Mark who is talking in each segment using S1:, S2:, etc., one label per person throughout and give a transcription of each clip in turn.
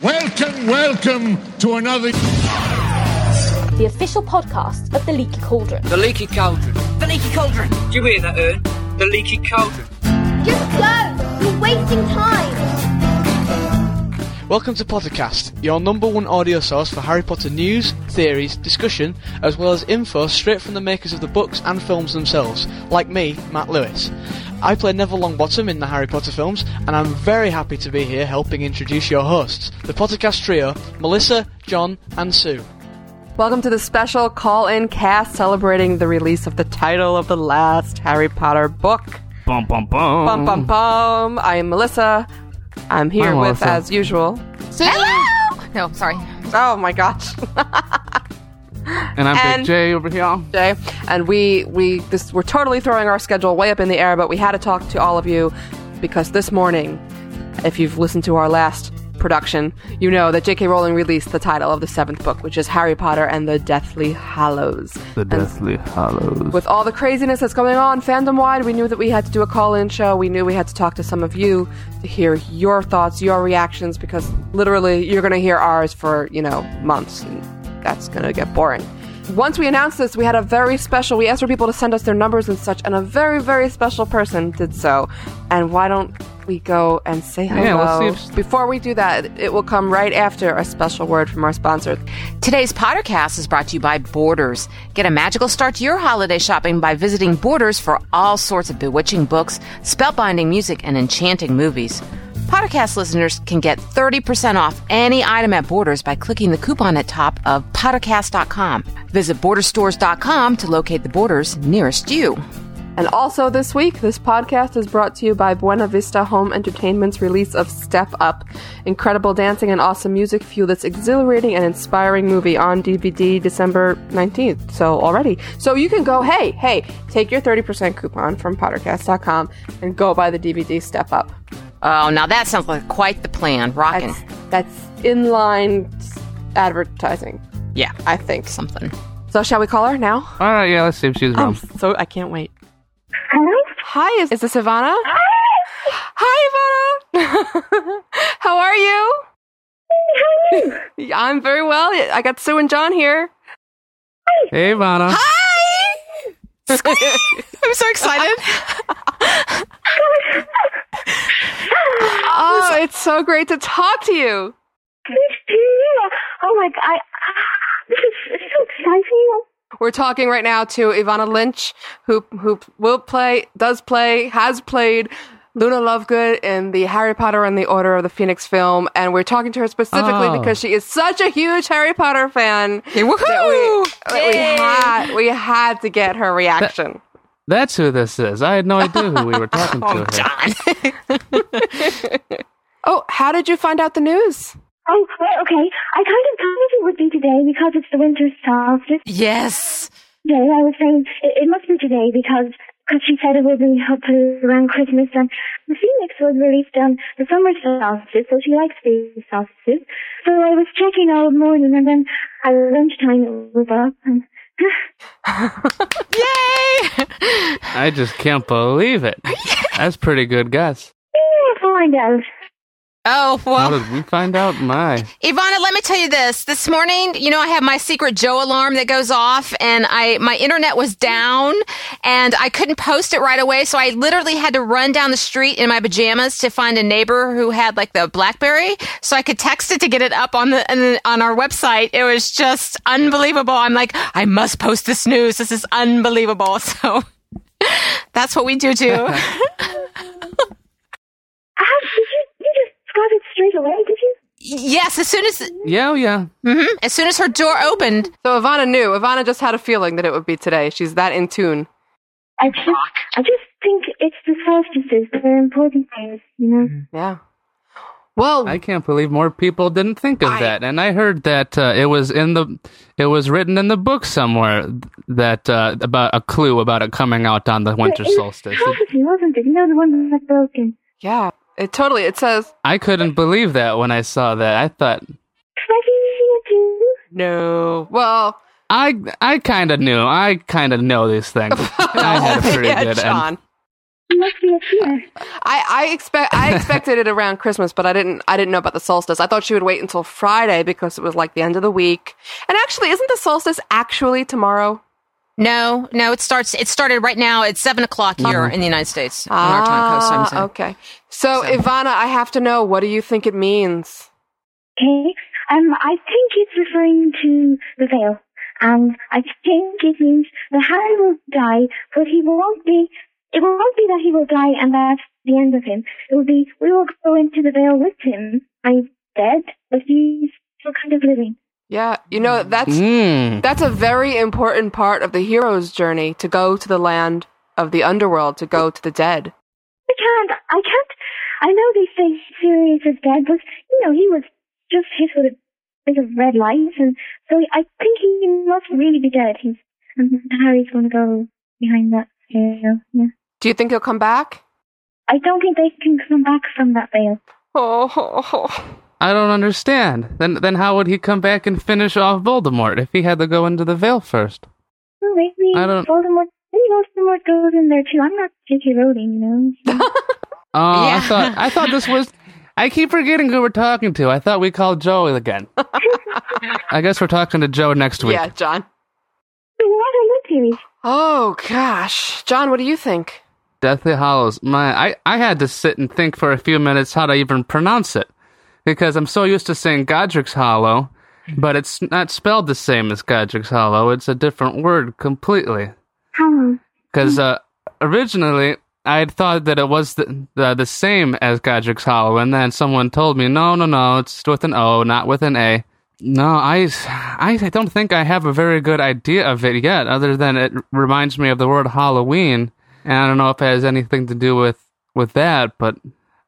S1: Welcome, welcome to another.
S2: the official podcast of the Leaky Cauldron.
S3: The leaky cauldron. The leaky cauldron. Do you hear that, Ern? The leaky cauldron.
S4: Just go! You're wasting time!
S5: Welcome to Pottercast, your number one audio source for Harry Potter news, theories, discussion, as well as info straight from the makers of the books and films themselves, like me, Matt Lewis. I play Neville Longbottom in the Harry Potter films, and I'm very happy to be here helping introduce your hosts, the Pottercast trio, Melissa, John, and Sue.
S6: Welcome to the special call in cast celebrating the release of the title of the last Harry Potter book.
S7: Bum bum bum.
S6: Bum, bum, bum. I am Melissa. I'm here
S7: I'm
S6: with,
S7: Melissa.
S6: as usual.
S8: Hello! No, sorry.
S6: Oh my gosh.
S7: And I'm
S6: And-
S7: Big J over here.
S6: Day. And we, we this, we're totally throwing our schedule way up in the air, but we had to talk to all of you because this morning, if you've listened to our last production, you know that J.K. Rowling released the title of the seventh book, which is Harry Potter and the Deathly Hallows.
S7: The Deathly Hollows.
S6: with all the craziness that's going on fandom wide, we knew that we had to do a call in show. We knew we had to talk to some of you to hear your thoughts, your reactions, because literally you're going to hear ours for, you know, months. And that's going to get boring. Once we announced this, we had a very special, we asked for people to send us their numbers and such, and a very, very special person did so. And why don't we go and say hello?
S7: Yeah, let's see if-
S6: Before we do that, it will come right after a special word from our sponsor.
S8: Today's Pottercast is brought to you by Borders. Get a magical start to your holiday shopping by visiting Borders for all sorts of bewitching books, spellbinding music, and enchanting movies. Pottercast listeners can get 30% off any item at Borders by clicking the coupon at top of pottercast.com. Visit borderstores.com to locate the Borders nearest you.
S6: And also this week, this podcast is brought to you by Buena Vista Home Entertainment's release of Step Up, incredible dancing and awesome music fuel this exhilarating and inspiring movie on DVD December 19th. So already. So you can go, hey, hey, take your 30% coupon from Pottercast.com and go buy the DVD Step Up.
S8: Oh, now that sounds like quite the plan. Rockin'.
S6: That's, that's inline advertising,
S8: Yeah.
S6: I think.
S8: Something.
S6: So shall we call her now?
S7: all right, yeah, let's see if she's
S6: Um,
S7: wrong.
S6: so I can't wait. Hi, is, is this Ivana? Hi, Ivana. How are you? Yeah, I'm very well. I got Sue and John here.
S7: hey, Vana.
S8: I'm so excited.
S6: Oh, it's so great to talk to you.
S4: Oh my god, this is this is so exciting.
S6: We're talking right now to Ivana Lynch, who who will play, does play, has played Luna Lovegood in the Harry Potter and the Order of the Phoenix film, and we're talking to her specifically
S7: Oh.
S6: because she is such a huge Harry Potter fan. that
S8: woohoo!
S6: we, that we had we had to get her reaction.
S7: That's who this is. I had no idea who we were talking to. here.
S6: Oh, how did you find out the news?
S4: Oh, well, okay. I kind of thought it would be today because it's the winter solstice
S8: Yes.
S4: day. I was saying it, it must be today because because she said it would be hopefully around Christmas and the Phoenix was released on the summer solstice, so she likes the solstices. So I was checking all morning and then at lunchtime it was up and
S7: I just can't believe it. That's pretty good guess.
S4: yeah, find out.
S8: Oh, well.
S7: How did we find out? My.
S8: Ivana, let me tell you this. This morning, you know, I have my secret Joe alarm that goes off, and I my internet was down, and I couldn't post it right away. So I literally had to run down the street in my pajamas to find a neighbor who had like the BlackBerry, so I could text it to get it up on the on the- on our website. It was just unbelievable. I'm like, I must post this news. This is unbelievable. So that's what we do too.
S4: Ah, did you you just got it straight away, did you?
S8: yes, as soon as
S7: Yeah, oh, yeah.
S8: Mm-hmm. as soon as her door opened,
S6: So Ivana knew. Ivana just had a feeling that it would be today. She's that in tune.
S4: I just, I just think it's the solstices that are important things, you know.
S6: Yeah. Well,
S7: I can't believe more people didn't think of that. And I heard that uh, it was in the, it was written in the book somewhere that uh, about a clue about it coming out on the winter solstice.
S4: Solstices, wasn't it? You know the one that's broken.
S6: yeah. It totally. It says
S7: I couldn't believe that when I saw that. I thought
S4: Have you seen it too?
S6: no. Well,
S7: I I kind of knew. I kind of know these things. I had a pretty
S6: yeah,
S7: good.
S6: John.
S4: It must be a fear.
S6: I, I expect I expected it around Christmas, but I didn't I didn't know about the solstice. I thought she would wait until Friday because it was like the end of the week. And actually, isn't the solstice actually tomorrow?
S8: No, no, it starts. It started right now. It's seven o'clock here in the United States on our time coast. I'm
S6: Uh-huh. Ah,
S8: saying.
S6: okay. So, Ivana, I have to know what do you think it means?
S4: Okay. Um, I think it's referring to the veil. And I think it means that Harry will die, but he won't be, it won't be that he will die and that's the end of him. It will be, we will go into the veil with him. I'm dead, but he's still kind of living.
S6: Yeah, you know that's
S7: Mm.
S6: that's a very important part of the hero's journey to go to the land of the underworld, to go to the dead.
S4: I can't, I can't, I know they say Sirius is dead, but, you know, he was just hit with a bit of red light, and so I think he must really be dead. He's, and Harry's going to go behind that veil, yeah.
S6: Do you think he'll come back?
S4: I don't think they can come back from that veil.
S6: Oh,
S7: I don't understand. Then then how would he come back and finish off Voldemort if he had to go into the veil first?
S4: Well, maybe
S7: I don't-
S4: Voldemort. Maybe Voldemort goes in there too. I'm not J.K. Rowling, you know.
S7: Oh,
S8: Yeah.
S7: I thought I thought this was. I keep forgetting who we're talking to. I thought we called Joe again. I guess we're talking to Joe next week.
S6: yeah, John.
S4: but what are your theories?
S6: Oh gosh, John, what do you think?
S7: Deathly Hollows. My, I, I had to sit and think for a few minutes how to even pronounce it because I'm so used to saying Godric's Hollow, but it's not spelled the same as Godric's Hollow. It's a different word completely.
S4: How?
S7: Because
S4: Hmm.
S7: uh, originally I had thought that it was the, the the same as Godric's Hollow, and then someone told me, no, no, no, it's with an O, not with an A. No, I, I don't think I have a very good idea of it yet, other than it reminds me of the word Halloween, and I don't know if it has anything to do with with that, but.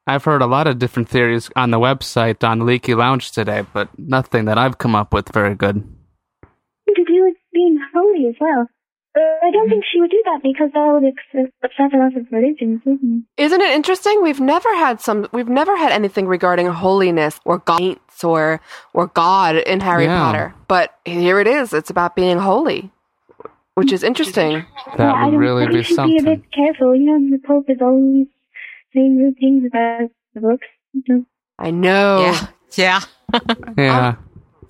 S7: I've heard a lot of different theories on the website on Leaky Lounge today, but nothing that I've come up with very good.
S4: To do with being holy as well. But I don't think she would do that because that would upset- upset a lot of religions, wouldn't
S6: Isn't it interesting? We've never had some. We've never had anything regarding holiness or saints or or God in Harry
S7: Yeah.
S6: Potter. But here it is. It's about being holy, which is interesting.
S4: it?
S7: That
S4: I
S7: would
S4: don't-
S7: really
S4: but
S7: be
S4: you should be a
S7: something.
S4: bit careful. You know, the Pope is always saying rude things about the books. You know.
S6: I know.
S8: Yeah, yeah.
S7: Yeah.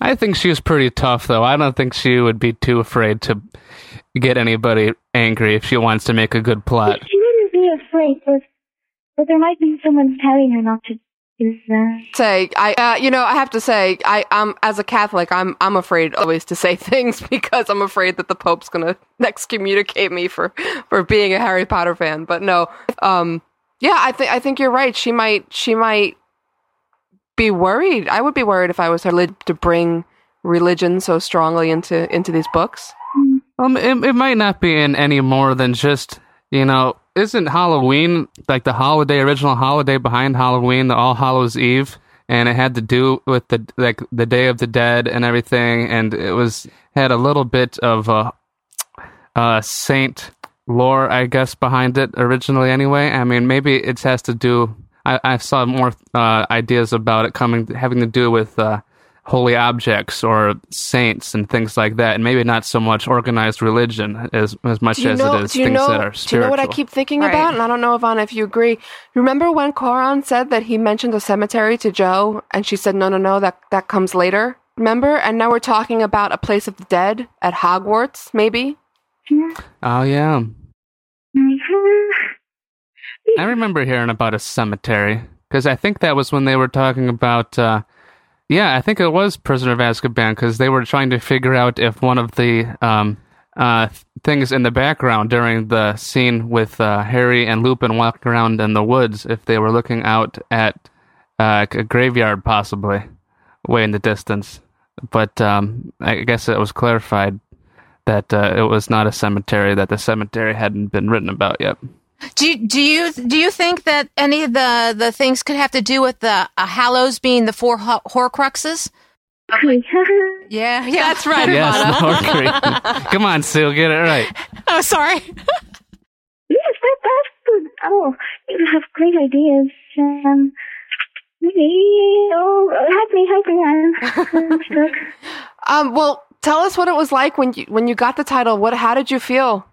S7: I think she was pretty tough, though. I don't think she would be too afraid to get anybody angry if she wants to make a good plot.
S4: She wouldn't be afraid, but but there might be someone telling her not to do that.
S6: Say, I uh, you know I have to say I um as a Catholic I'm I'm afraid always to say things because I'm afraid that the Pope's gonna excommunicate me for for being a Harry Potter fan. But no, um, yeah, I think I think you're right. She might she might be worried. I would be worried if I was her lid to bring religion so strongly into into these books.
S7: Um, it, it might not be in any more than just, you know, isn't Halloween like the holiday, original holiday behind Halloween, the All Hallows Eve? And it had to do with the like the Day of the Dead and everything, and it was had a little bit of uh, uh, saint lore, I guess, behind it originally. Anyway, I mean, maybe it has to do. I, I saw more uh, ideas about it coming, having to do with uh, holy objects or saints and things like that, and maybe not so much organized religion as as much
S6: Do you
S7: as
S6: know?
S7: it is
S6: do you
S7: things
S6: know?
S7: that are
S6: do you know
S7: spiritual.
S6: what I keep thinking
S8: Right.
S6: about? And I don't know, Ivana, if you agree. Remember when Coron said that he mentioned the cemetery to Joe, and she said, "No, no, no, that that comes later." Remember? And now we're talking about a place of the dead at Hogwarts, maybe.
S7: oh yeah, I
S8: Mm-hmm.
S4: Yeah.
S7: remember hearing about a cemetery because I think that was when they were talking about. Uh, yeah, I think it was Prisoner of Azkaban because they were trying to figure out if one of the um, uh, th- things in the background during the scene with uh, Harry and Lupin walking around in the woods, if they were looking out at uh, a graveyard possibly way in the distance. But um, I guess it was clarified that uh, it was not a cemetery; that the cemetery hadn't been written about yet.
S8: Do you, do you do you think that any of the the things could have to do with the uh, Hallows being the four ho- Horcruxes? Yeah, yeah, that's right.
S7: Yes, the Horcrux. Come on, Sue, get it right.
S8: Oh, sorry.
S4: Yes, that, that's good. Oh, you have great ideas. Um, maybe- oh, help me, help me. I'm I'm stuck.
S6: Um, well, tell us what it was like when you when you got the title. What? How did you feel?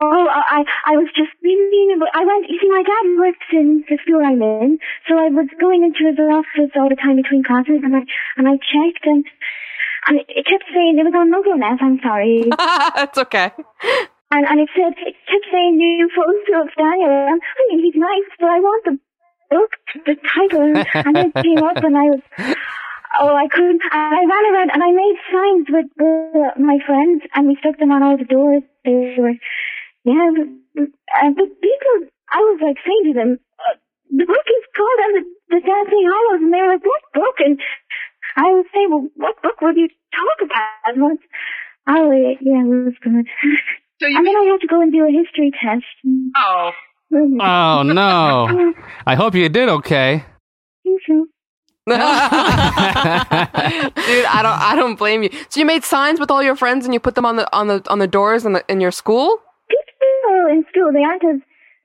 S4: Oh, I I I was just reading. about- I went. You see, my dad works in the school I'm in, so I was going into his office all the time between classes, and I and I checked, and and it kept saying it was on MogoNet. I'm sorry,
S6: That's okay.
S4: and and it said it kept saying new photo of Daniel. And I mean, he's nice, but I want the book, the title, and it came up, and I was. Oh, I couldn't. I ran around and I made signs with uh, my friends, and we stuck them on all the doors. They were, yeah, but, uh, but people, I was like saying to them, uh, the book is called "As the Dancing Hollows," and they were like, "What book?" And I would say, "Well, what book would you talk about?" And oh, yeah, yeah, it was good.
S9: So you
S4: and then I had to go and do a history test.
S9: oh,
S7: Oh no! I hope you did okay.
S6: Dude, I don't I don't blame you. So you made signs with all your friends and you put them on the on the on the doors in the in your school?
S4: people Oh, in school, they aren't as,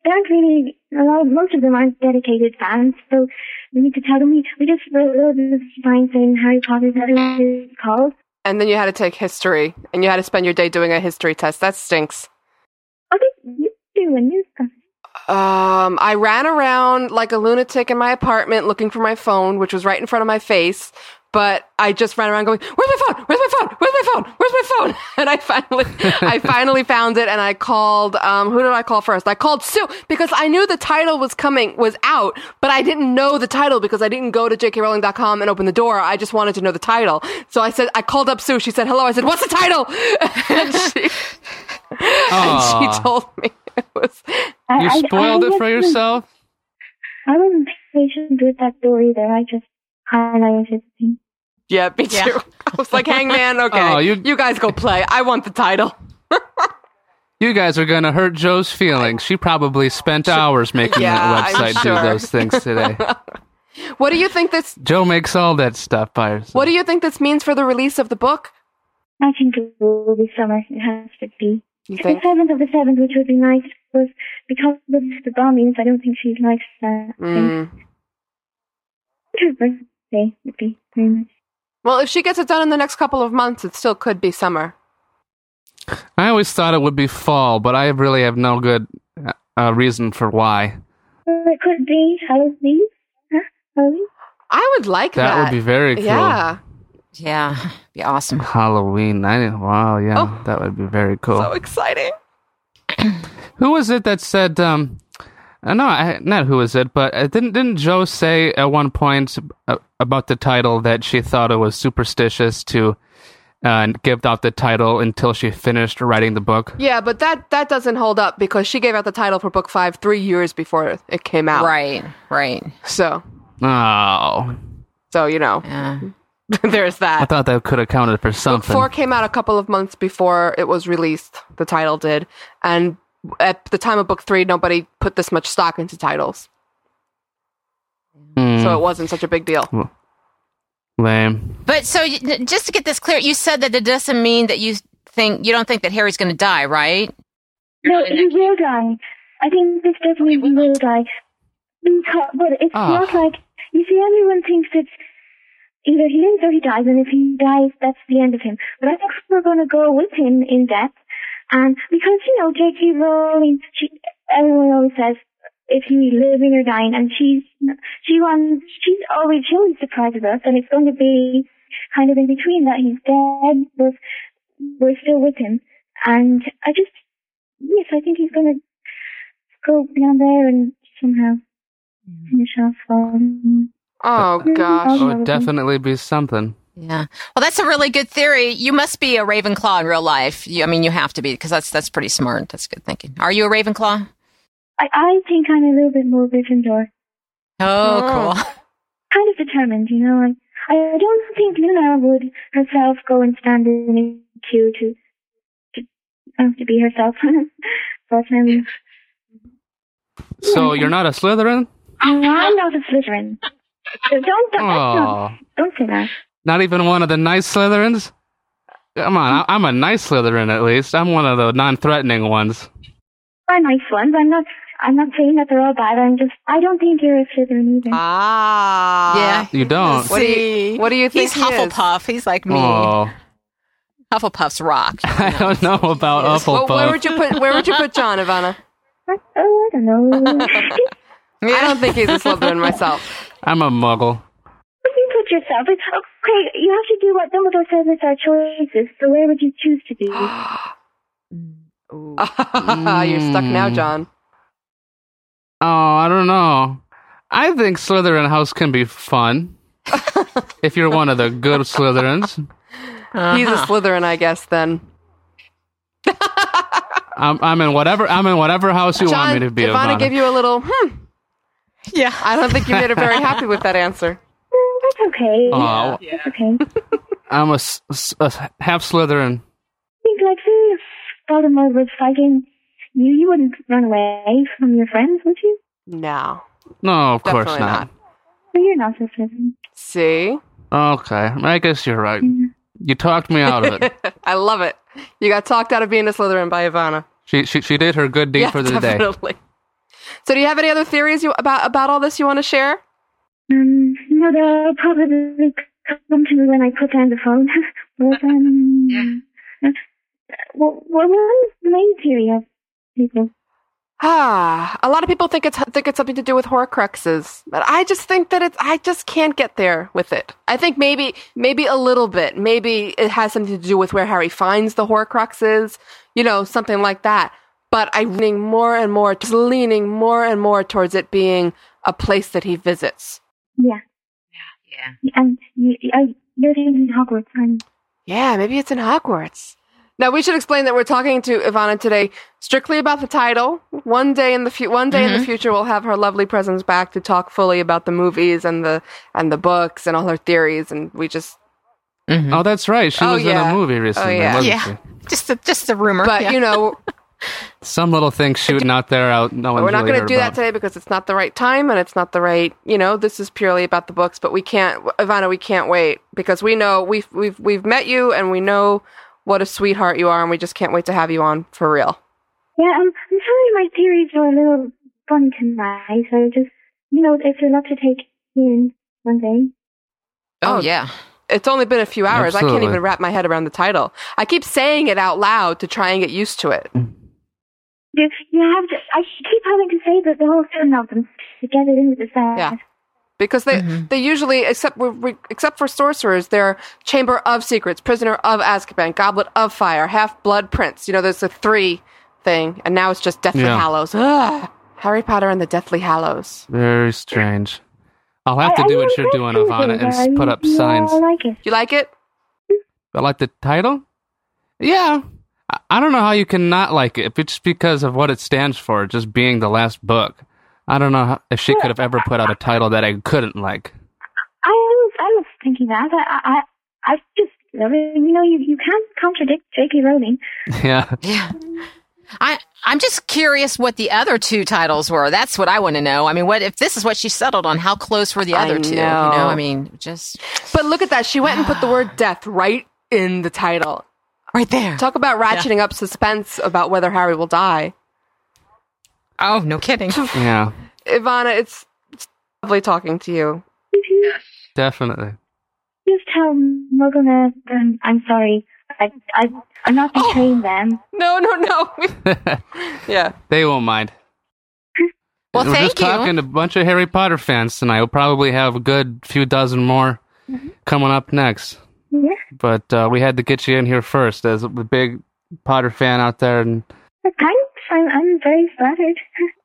S4: they aren't really, a lot, most of them aren't dedicated fans, so we need to tell them, we, we just wrote loads of signs saying Harry Potter's that is called.
S6: And then you had to take history and you had to spend your day doing a history test. That stinks.
S4: What did you do when you got
S6: Um, I ran around like a lunatic in my apartment looking for my phone, which was right in front of my face. But I just ran around going, "Where's my phone? Where's my phone? Where's my phone? Where's my phone?" And I finally, I finally found it, and I called. Um, who did I call first? I called Sue because I knew the title was coming, was out, but I didn't know the title because I didn't go to jkrowling.com and open the door. I just wanted to know the title, so I said, I called up Sue. She said, "Hello." I said, "What's the title?" and she, and
S7: Aw.
S6: she told me it was
S4: I-
S7: You
S4: I-
S7: spoiled
S4: I
S7: it for
S4: wasn't-
S7: yourself.
S4: I wasn't patient with that door either, I just highlighted things.
S6: Yeah, me too.
S8: Yeah.
S6: I was like, Hangman, okay.
S7: Oh,
S6: you,
S7: you-
S6: guys go play. I want the title.
S7: You guys are gonna hurt Joe's feelings. She probably spent hours making
S6: Yeah,
S7: that
S6: I'm
S7: website
S6: sure.
S7: do those things today.
S6: What do you think this
S7: Joe makes all that stuff by herself.
S6: what do you think this means for the release of the book?
S4: I think it will be summer, it has to be.
S6: You
S4: The
S6: think?
S4: 7th of the 7th, which would be nice, was because of the bombings, I don't think she likes that.
S6: Mm.
S4: Her birthday would be very nice.
S6: Well, if she gets it done in the next couple of months, it still could be summer.
S7: I always thought it would be fall, but I really have no good uh, uh, reason for why.
S4: Well, it could be Halloween. Huh? Halloween?
S6: I would like
S7: That
S6: that.
S7: would be very cool.
S6: Yeah.
S8: Yeah, be awesome.
S7: Halloween. I didn't, wow, yeah,
S6: Oh.
S7: that would be very cool.
S6: So exciting.
S7: who was it that said? Um, uh, no, I, not who was it, but uh, didn't didn't Joe say at one point uh, about the title that she thought it was superstitious to uh, give out the title until she finished writing the book?
S6: Yeah, but that that doesn't hold up because she gave out the title for book 5 3 years before it came out.
S8: Right, right.
S6: So,
S7: Oh,
S6: so you know,
S8: Yeah.
S6: there's
S7: I
S6: that.
S7: thought that could have counted for something.
S6: Four came out a couple of months before it was released. The title did, and at the time of book three, nobody put this much stock into titles,
S7: Hmm,
S6: so it wasn't such a big deal.
S7: lame.
S8: But so you- n- just to get this clear, you said that it doesn't mean that you think you don't think that Harry's going to die, right?
S4: No, he will die. I think this definitely he will die. Because, but it's
S7: Ah.
S4: not like you see, everyone thinks it's either he lives or he dies, and if he dies, that's the end of him. But I think we're going to go with him in death, and because you know, J.K. Rowling, she, everyone always says if he's living or dying, and she's she wants she's always she always surprises us, and it's going to be kind of in between that he's dead, but we're still with him, and I just yes, I think he's going to go down there and somehow finish off. Um,
S6: Oh gosh,
S7: It would definitely be something.
S8: Yeah. Well, that's a really good theory. You must be a Ravenclaw in real life. You, I mean, you have to be because that's that's pretty smart. That's good thinking. Are you a Ravenclaw?
S4: I, I think I'm a little bit more Gryffindor.
S8: Oh, cool.
S4: Kind of determined, you know. Like, I don't think Luna would herself go and stand in a queue to to, um, to be herself. but um,
S7: So you're not a Slytherin?
S4: I'm not a Slytherin. So don't don't,
S7: Oh,
S4: don't say that.
S7: not even one of the nice Slytherins. Come on, I- I'm a nice Slytherin at least. I'm one of the non-threatening ones.
S4: They're nice ones. I'm not. I'm not saying that they're all bad. I'm just. I don't think you're a Slytherin either.
S6: ah,
S8: yeah.
S7: You don't.
S6: What do you, what do you think?
S8: He's
S6: he is?
S8: Hufflepuff. He's like me.
S7: Oh,
S8: Hufflepuffs rock.
S7: I don't know about
S6: Well,
S7: Hufflepuff.
S6: where would you put Where would you put John, Ivana?
S4: Oh, I don't know. If
S6: I don't think he's a Slytherin myself.
S7: I'm a muggle.
S4: you put yourself, it's okay. You have to do what Dumbledore says is our choices. So where would you choose to be?
S6: You're stuck now, John.
S7: Oh, I don't know. I think Slytherin house can be fun. if you're one of the good Slytherins,
S6: He's
S8: Uh-huh.
S6: a Slytherin, I guess. Then
S7: I'm, I'm in whatever I'm in whatever house you
S6: John,
S7: want me to be.
S6: Ivana
S7: Ivana.
S6: gave you a little. Hmm. Yeah, I don't think you made her very happy with that answer.
S4: That's okay.
S7: Aw,
S4: That's okay.
S7: I'm a, s- s- a half Slytherin.
S4: think like see if Voldemort was fighting you, you wouldn't run away from your friends, would you?
S6: No,
S7: No, of
S6: definitely
S7: course
S6: not.
S7: not.
S4: No, you're not so certain.
S6: See,
S7: Okay, I guess you're right. You talked me out of it.
S6: I love it. You got talked out of being a Slytherin by Ivana.
S7: she, she she did her good deed
S6: yeah,
S7: for the day.
S6: definitely. So, do you have any other theories you, about about all this you want to share?
S4: Um, no, they'll probably come to me when I put down the phone. but, um, yeah. Well, well, what is the main theory of people?
S6: Ah, a lot of people think it's think it's something to do with Horcruxes, but I just think that it's I just can't get there with it. I think maybe maybe a little bit, maybe it has something to do with where Harry finds the Horcruxes, you know, something like that. But I'm leaning more and more, just leaning more and more towards it being a place that he visits.
S4: Yeah.
S8: yeah.
S4: And you, I, you're in Hogwarts, and
S6: Yeah, maybe it's in Hogwarts. Now we should explain that we're talking to Ivana today strictly about the title. One day in the fu- one day
S7: Mm-hmm.
S6: in the future, we'll have her lovely presence back to talk fully about the movies and the and the books and all her theories. And we just,
S4: Mm-hmm.
S7: Oh, that's right. She
S6: Oh,
S7: was in
S6: yeah.
S7: a movie
S6: Oh,
S7: recently,
S6: yeah.
S7: wasn't
S8: Yeah.
S7: she?
S8: Just a, just a rumor.
S6: but you know,
S7: Some little thing shooting out there out. No one's
S6: we're not
S7: really
S6: going
S7: heard
S6: to do
S7: about.
S6: that today because it's not the right time and it's not the right. You know, this is purely about the books. But we can't, Ivana, we can't wait because we know we've we've we've met you and we know what a sweetheart you are, and we just can't wait to have you on for real.
S4: yeah, um, I'm sorry my theories were a little fun tonight, so just, you know, if you're not to take in one day.
S8: oh,
S6: Oh.
S8: yeah.
S6: It's only been a few hours. I can't
S7: Absolutely.
S6: even wrap my head around the title. I keep saying it out loud to try and get used to it.
S4: You, you have to. I keep having to say that the whole seven of them to get it into the set.
S6: Yeah. Because they,
S7: Mm-hmm.
S6: they usually, except we- we- except for sorcerers, they're Chamber of Secrets, Prisoner of Azkaban, Goblet of Fire, Half Blood Prince. You know, there's a three thing, and now it's just Deathly
S7: Yeah.
S6: Hallows. Ugh. Harry Potter and the Deathly Hallows.
S7: Very strange. I'll have to
S4: I- I
S7: do what
S4: like
S7: you're
S4: that
S7: doing,
S4: too,
S7: Ivana, and s-
S4: though.
S7: put up
S4: Yeah,
S7: signs.
S4: I like it.
S6: You like it?
S7: I like the title. Yeah, I- I don't know how you can not like it, but just because of what it stands for, just being the last book. I don't know how, if she could have ever put out a title that I couldn't like.
S4: I was, I was thinking that. I, I, I just love it. You know, you, you can't contradict J.K. Rowling.
S7: Yeah,
S8: Yeah. I I'm just curious what the other two titles were. That's what I want to know. I mean, what if this is what she settled on? How close were the
S6: I
S8: other two? You know,
S6: know.
S8: I mean, just
S6: But look at that. She went and put the word death right in the title.
S8: right there.
S6: Talk about ratcheting up suspense about whether Harry will die.
S8: Oh, no kidding.
S7: yeah,
S6: Ivana, it's, it's lovely talking to you.
S4: If you
S7: definitely.
S4: just tell Mugglenet them I'm sorry. I, I, I'm not betraying them.
S6: Oh. No, no, no. yeah.
S7: They won't mind.
S8: Well,
S7: We're
S8: thank
S7: just
S8: you.
S7: talking to a bunch of Harry Potter fans tonight. We'll probably have a good few dozen more coming up next.
S4: Yeah.
S7: But uh, we had to get you in here first as a big Potter fan out there. And
S4: But Thanks. I'm, I'm very flattered.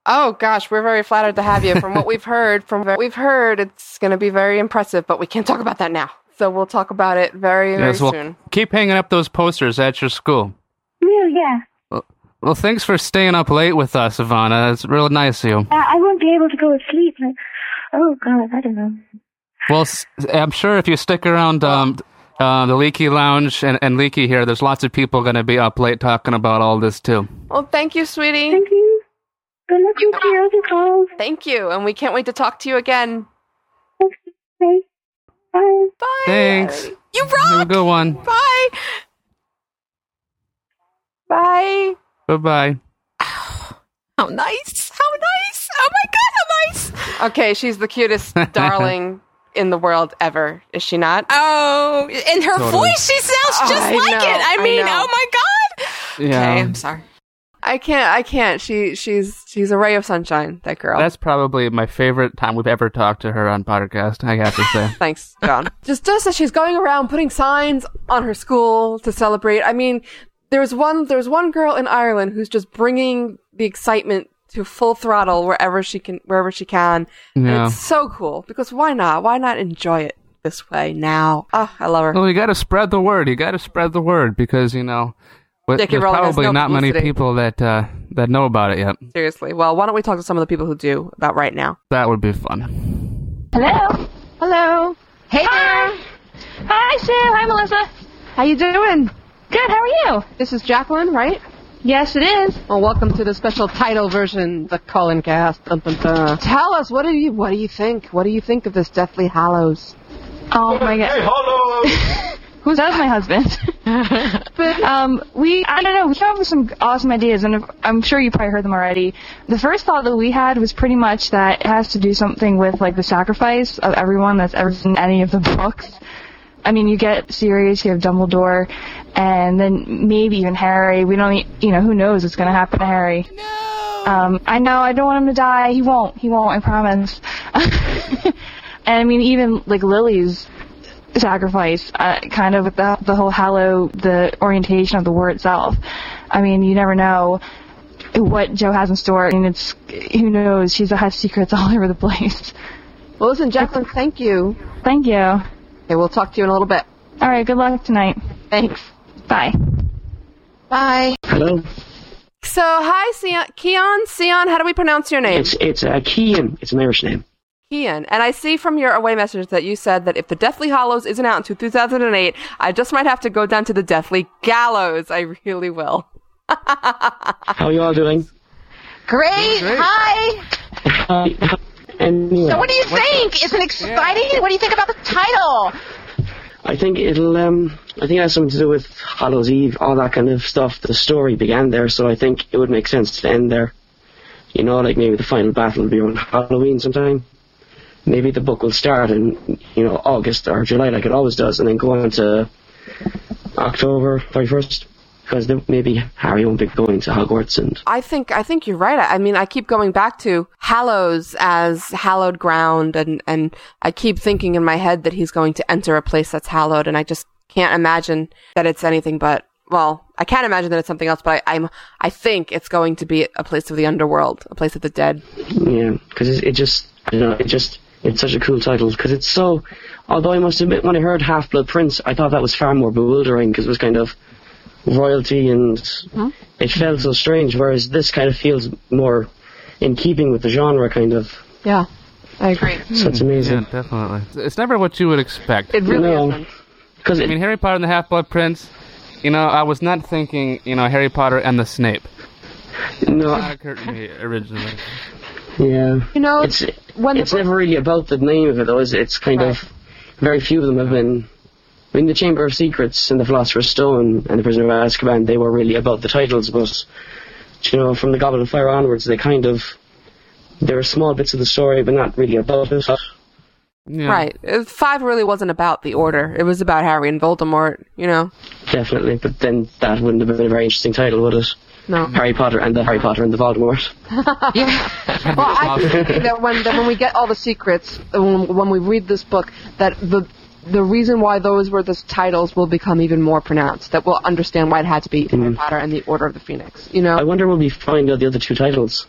S6: Oh gosh, we're very flattered to have you. From what we've heard, from what we've heard, it's going to be very impressive. But we can't talk about that now. So we'll talk about it very, very
S7: yes, well,
S6: soon.
S7: keep hanging up those posters at your school.
S4: Well, yeah.
S7: Well, thanks for staying up late with us, Ivana. It's real nice of you.
S4: I, I won't be able to go to sleep. Like, oh God, I don't know.
S7: Well, s- I'm sure if you stick around um, uh, the Leaky Lounge and, and Leaky here, there's lots of people going to be up late talking about all this too.
S6: Well, Oh, thank you, sweetie.
S4: Thank you. Good luck with your other calls.
S6: Thank you, and we can't wait to talk to you again.
S4: Okay. Bye.
S6: Bye.
S7: Thanks.
S8: you
S7: Have a
S8: rock.
S7: good one.
S8: Bye.
S6: Bye.
S7: Bye bye.
S8: How nice. How nice. Oh my god, how nice.
S6: Okay, she's the cutest, darling in the world ever, is she not? Oh,
S8: Oh, in her
S7: Totally.
S8: voice, she sounds just
S6: I
S8: like
S6: know,
S8: it. I
S6: I
S8: mean,
S6: know.
S8: oh my god.
S7: Yeah.
S8: Okay, I'm sorry.
S6: I can't. I can't. She she's she's a ray of sunshine. That girl.
S7: That's probably my favorite time we've ever talked to her on podcast. I have to say.
S6: Thanks, John. just just as she's going around putting signs on her school to celebrate. I mean, there's one there's one girl in Ireland who's just bringing the excitement to full throttle wherever she can wherever she can. And
S7: Yeah.
S6: it's so cool because why not? Why not enjoy it this way now? Oh, I love her.
S7: well, you got to spread the word. You got to spread the word because you know what-
S6: J.K.
S7: there's
S6: Rowling has
S7: probably
S6: no
S7: not many
S6: publicity.
S7: people that uh, that know about it yet.
S6: Seriously. Well, why don't we talk to some of the people who do about right now?
S7: That would be fun.
S9: Hello. Hello. Hey Hi. there. Hi, Sue. Hi, Melissa. How you doing? Good. How are you?
S10: This is Jacqueline, right?
S9: Yes, it is.
S10: Well, welcome to the special title version, the Colin Cast. Dun, dun, dun. Tell us, what do you what do you think? What do you think of this Deathly Hallows?
S9: Oh my God. Who's that? Was my husband. but um, we I don't know. We came up with some awesome ideas, and I'm sure you probably heard them already. The first thought that we had was pretty much that it has to do something with like the sacrifice of everyone that's ever in any of the books. I mean, you get Sirius, you have Dumbledore, and then maybe even Harry. We don't, e- you know, who knows what's going to happen to Harry. Um, I know. I don't want him to die. He won't. He won't. I promise. and I mean, even like Lily's sacrifice, uh, kind of with the, the whole hallow, the orientation of the word itself. I mean, you never know what Joe has in store, and it's who knows. She's has secrets all over the place.
S10: Well, listen, Jacqueline, thank you.
S9: Thank you. All
S10: Okay, we'll talk to you in a little bit.
S9: right. Good luck tonight.
S10: Thanks.
S9: Bye.
S10: Bye.
S11: Hello.
S6: So, hi, Sion, Keon, Sion. How do we pronounce your name?
S11: It's it's uh, Kean. It's an Irish name.
S6: Kean, and I see from your away message that you said that if the Deathly Hollows isn't out until 2008, I just might have to go down to the Deathly Gallows. I really will.
S11: How are you all doing?
S10: Great. Hi.
S11: Uh, anyway,
S10: What do you think? Isn't it exciting? What do you think about the title?
S11: I think it'll. Um, I think it has something to do with Hallows Eve, all that kind of stuff. The story began there, so I think it would make sense to end there. You know, like maybe the final battle will be on Halloween sometime. Maybe the book will start in you know August or July, like it always does, and then go on to October thirty first, because maybe Harry won't be going to Hogwarts and
S6: I think I think you're right. I, I mean, I keep going back to Hallows as hallowed ground, and and I keep thinking in my head that he's going to enter a place that's hallowed, and I just can't imagine that it's anything but. Well, I can't imagine that it's something else, but I, I'm I think it's going to be a place of the underworld, a place of the dead.
S11: Yeah, because it, it just, I don't know, it just, it's such a cool title because it's so. Although I must admit, when I heard Half Blood Prince, I thought that was far more bewildering because it was kind of royalty and it felt so strange. Whereas this kind of feels more in keeping with the genre, kind of.
S6: Yeah, I agree.
S11: So it's
S7: Yeah,
S11: amazing.
S7: definitely. It's never what you would expect.
S6: It really
S11: No.
S6: isn't.
S11: Because
S7: I mean, Harry Potter and the Half Blood Prince. You know, I was not thinking. You know, Harry Potter and the Snape. Not
S11: no,
S7: occurred to me originally.
S11: yeah,
S10: You know,
S11: it's
S10: when the
S11: it's never really about the name of it though. Is it? it's kind of very few of them have been. I mean, the Chamber of Secrets and the Philosopher's Stone and the Prisoner of Azkaban, they were really about the titles, but you know, from the Goblet of Fire onwards, they kind of there were small bits of the story, but not really about it.
S7: Yeah.
S6: Right. Uh, Five really wasn't about the order. It was about Harry and Voldemort, you know?
S11: Definitely, but then that wouldn't have been a very interesting title, would it?
S6: No.
S11: Harry Potter and the Harry Potter and the Voldemort.
S10: Well, I was thinking that when that when we get all the secrets, uh, when, when we read this book, that the the reason why those were the titles will become even more pronounced. That we'll understand why it had to be Harry Potter and the Order of the Phoenix. You
S11: I
S10: know.
S11: wonder will we find out the other two titles.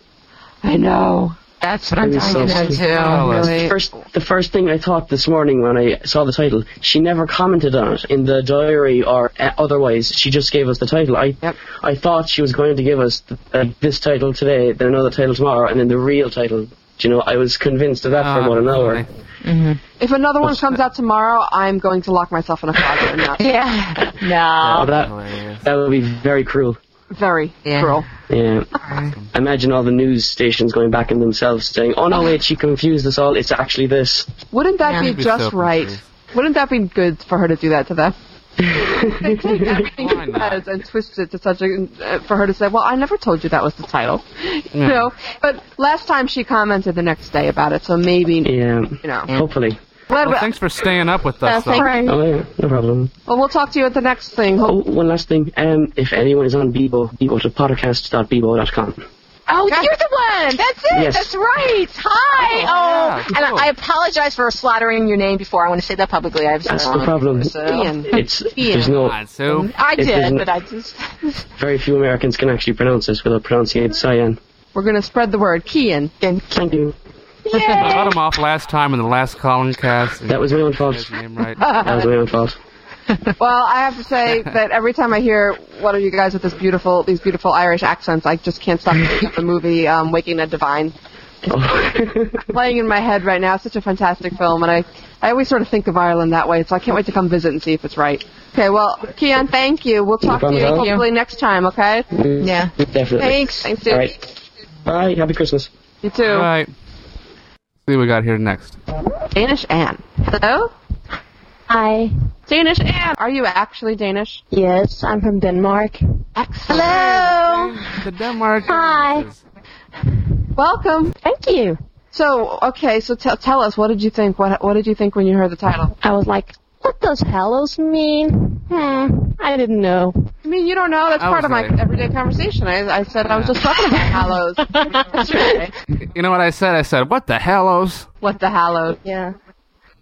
S10: I know. That's what I'm
S11: Maybe talking so. about, too,
S7: Oh, that's-
S11: First, the first thing I thought this morning when I saw the title, she never commented on it in the diary or uh, otherwise. She just gave us the title. I,
S10: Yep.
S11: I thought she was going to give us th- uh, this title today, then another title tomorrow, and then the real title. Do you know, I was convinced of that for
S7: Ah,
S11: about an hour.
S7: definitely.
S8: Mm-hmm.
S10: If another one comes out tomorrow, I'm going to lock myself in a closet and not.
S9: Yeah.
S11: Oh,
S9: No.
S11: that,
S7: Hilarious.
S11: that would be very cruel.
S10: Very
S8: Yeah.
S10: cruel.
S11: Yeah. Imagine all the news stations going back in themselves saying, oh no, wait, she confused us all. It's actually this.
S10: Wouldn't that
S8: Yeah.
S10: be
S7: Be
S10: just
S7: so
S10: right?
S7: confused.
S10: Wouldn't that be good for her to do that to them? they take everything
S7: Why
S10: she
S7: not?
S10: says and twist it to such a uh, for her to say, "Well, I never told you that was the title," you know. But last time she commented the next day about it, so maybe
S11: Yeah.
S10: you know.
S11: Hopefully.
S7: Well, thanks for staying up with us.
S6: Yeah,
S7: though.
S6: thank you.
S11: Oh, yeah, no problem.
S6: Well, we'll talk to you at the next thing.
S11: Oh, one last thing. Um, if anyone is on Bebo, Bebo to podcast.bebo.com.
S8: Oh, you're the one. That's it.
S11: Yes.
S8: That's right. Hi. Oh, and I, I apologize for slaughtering your name before. I want to say that publicly. I have
S11: That's the problem. It's there's no.
S8: um, I
S11: it- there's
S8: did,
S11: n-
S8: but I just.
S11: Very few Americans can actually pronounce this without pronouncing it cyan.
S6: We're going to spread the word. Kian.
S11: Thank you.
S7: I cut him off last time in the last Colin cast.
S11: That was my own fault.
S7: right.
S11: That was my own fault.
S6: well, I have to say that every time I hear one of you guys with this beautiful, these beautiful Irish accents, I just can't stop thinking of the movie um, Waking Ned Divine.
S11: Oh.
S6: It's playing in my head right now. It's such a fantastic film, and I, I always sort of think of Ireland that way. So I can't wait to come visit and see if it's right. Okay, well, Keon, thank you. We'll talk to
S11: problem
S6: you
S11: at all.
S6: hopefully next time. Okay?
S11: Yeah. Definitely.
S6: Thanks. Thanks, dude.
S11: All right. Bye. Happy Christmas.
S6: You too.
S7: All right. See what we got here next.
S6: Danish Anne. Hello? Hi. Danish Anne. Are you actually Danish?
S12: Yes, I'm from Denmark.
S6: Hello.
S7: The Denmark.
S6: Hi. Welcome. Thank you. So, okay, so tell tell us, what did you think? What what did you think when you heard the title?
S12: I was like, what does hellos mean? Hmm, I didn't know.
S6: I mean, you don't know. That's
S12: I
S6: part
S12: was
S6: of my
S12: like-
S6: everyday conversation. I, I said I was just talking about hallows. Yesterday.
S7: You know what I said? I said, what the hellos?
S6: what the hallows? Yeah.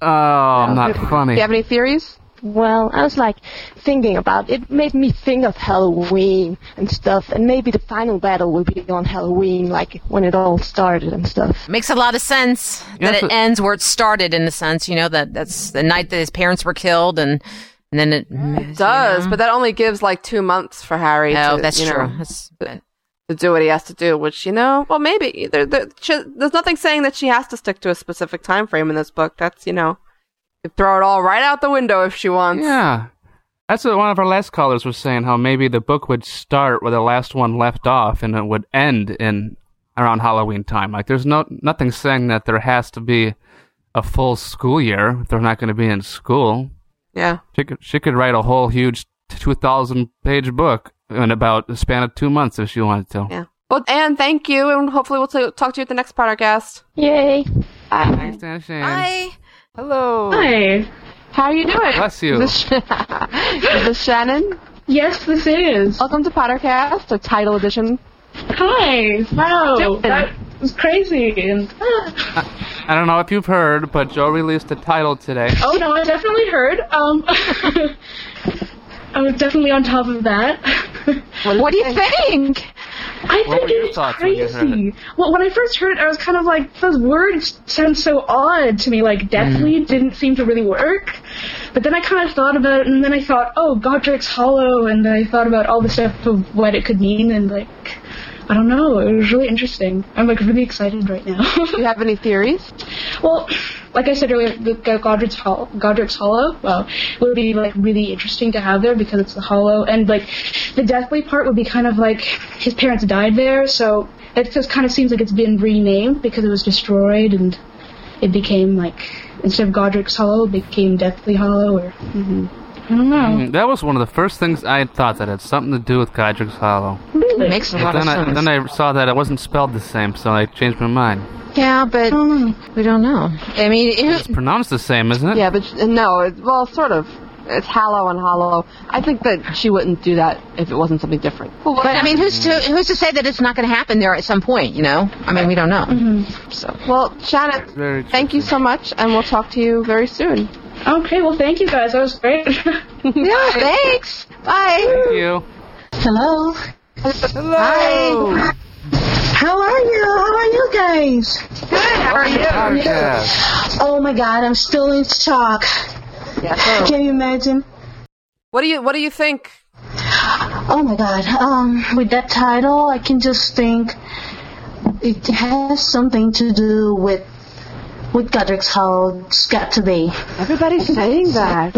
S7: Oh, I'm not
S6: Do
S7: funny.
S6: you have any theories?
S12: Well, I was like thinking about it. Made me think of Halloween and stuff, and maybe the final battle will be on Halloween, like when it all started and stuff.
S13: Makes a lot of sense that
S12: Yes,
S13: it
S12: it-
S13: ends where it started in a sense, you know, that that's the night that his parents were killed and and then it, Mm,
S14: does, but that only gives like two months for Harry.
S13: Oh,
S14: to,
S13: that's
S14: you know,
S13: true.
S14: to, to do what he has to do, which you know, well, maybe there, there, she, there's nothing saying that she has to stick to a specific time frame in this book. That's you know, you throw it all right out the window if she wants.
S7: Yeah. That's what one of our last callers was saying, how maybe the book would start where the last one left off and it would end in around Halloween time. Like there's no nothing saying that there has to be a full school year if they're not going to be in school.
S14: Yeah.
S7: She could she could write a whole huge 2000 page book in about the span of 2 months if she wanted to.
S14: Yeah. Well, Anne, thank you, and hopefully we'll t- talk to you at the next podcast.
S12: Yay.
S14: Bye.
S7: Thanks, Anne.
S14: Hi. Hello.
S2: Hi.
S6: How are you doing?
S7: Bless you.
S6: Is this, is this Shannon? Yes, this is. Welcome to Pottercast, a title edition.
S2: Hi. Wow. That was crazy. And
S7: I don't know if you've heard, but Joe released a title today.
S2: oh no, I definitely heard. Um, I was definitely on top of that.
S8: What do you think?
S2: I
S7: What
S2: think
S7: were your
S2: it's
S7: thoughts when you heard
S2: crazy. Well, when I first heard it, I was kind of like, those words sound so odd to me. Like, deathly
S1: Mm.
S2: didn't seem to really work. But then I kind of thought about it, and then I thought, oh, Godric's Hollow, and then I thought about all the stuff of what it could mean, and like, I don't know. It was really interesting. I'm like really excited right now. Do
S6: you have any theories?
S2: Well, like I said earlier, the the Godric's Hollow, Godric's Hollow, well, would be like really interesting to have there because it's the Hollow, and like the Deathly part would be kind of like his parents died there, so it just kind of seems like it's been renamed because it was destroyed and it became like instead of Godric's Hollow, it became Deathly Hollow, or
S6: Mm-hmm.
S2: I don't know.
S7: Mm, That was one of the first things I thought that had something to do with Godric's Hollow.
S6: Mm-hmm.
S2: Really?
S8: Makes a
S7: But
S8: lot of
S7: then, I,
S8: sense.
S7: then I saw that it wasn't spelled the same, so I changed my mind.
S8: yeah, but we don't know.
S6: I mean,
S7: It's pronounced the same, isn't it?
S6: Yeah, but uh, no, it, well, sort of. It's hollow and hollow. I think that she wouldn't do that if it wasn't something different.
S8: But I mean, who's to who's to say that it's not going to happen there at some point? You know, I mean, we don't know.
S13: Mm-hmm.
S8: So
S6: Well, Shannon,
S7: Very
S6: thank you so much, and we'll talk to you very soon.
S2: Okay, well, thank you guys. That was great.
S6: yeah,
S8: thanks. Bye.
S7: Thank you.
S8: Hello. Hello. Hi.
S2: How
S8: are you?
S2: How are you guys?
S8: Good. How are you?
S2: Oh my god, I'm still in shock.
S14: Yeah.
S2: Can you imagine?
S14: What do you What do you think?
S2: Oh my god. Um, with that title, I can just think it has something to do with with Godric's Hollow. It's got to be.
S6: Everybody's saying that.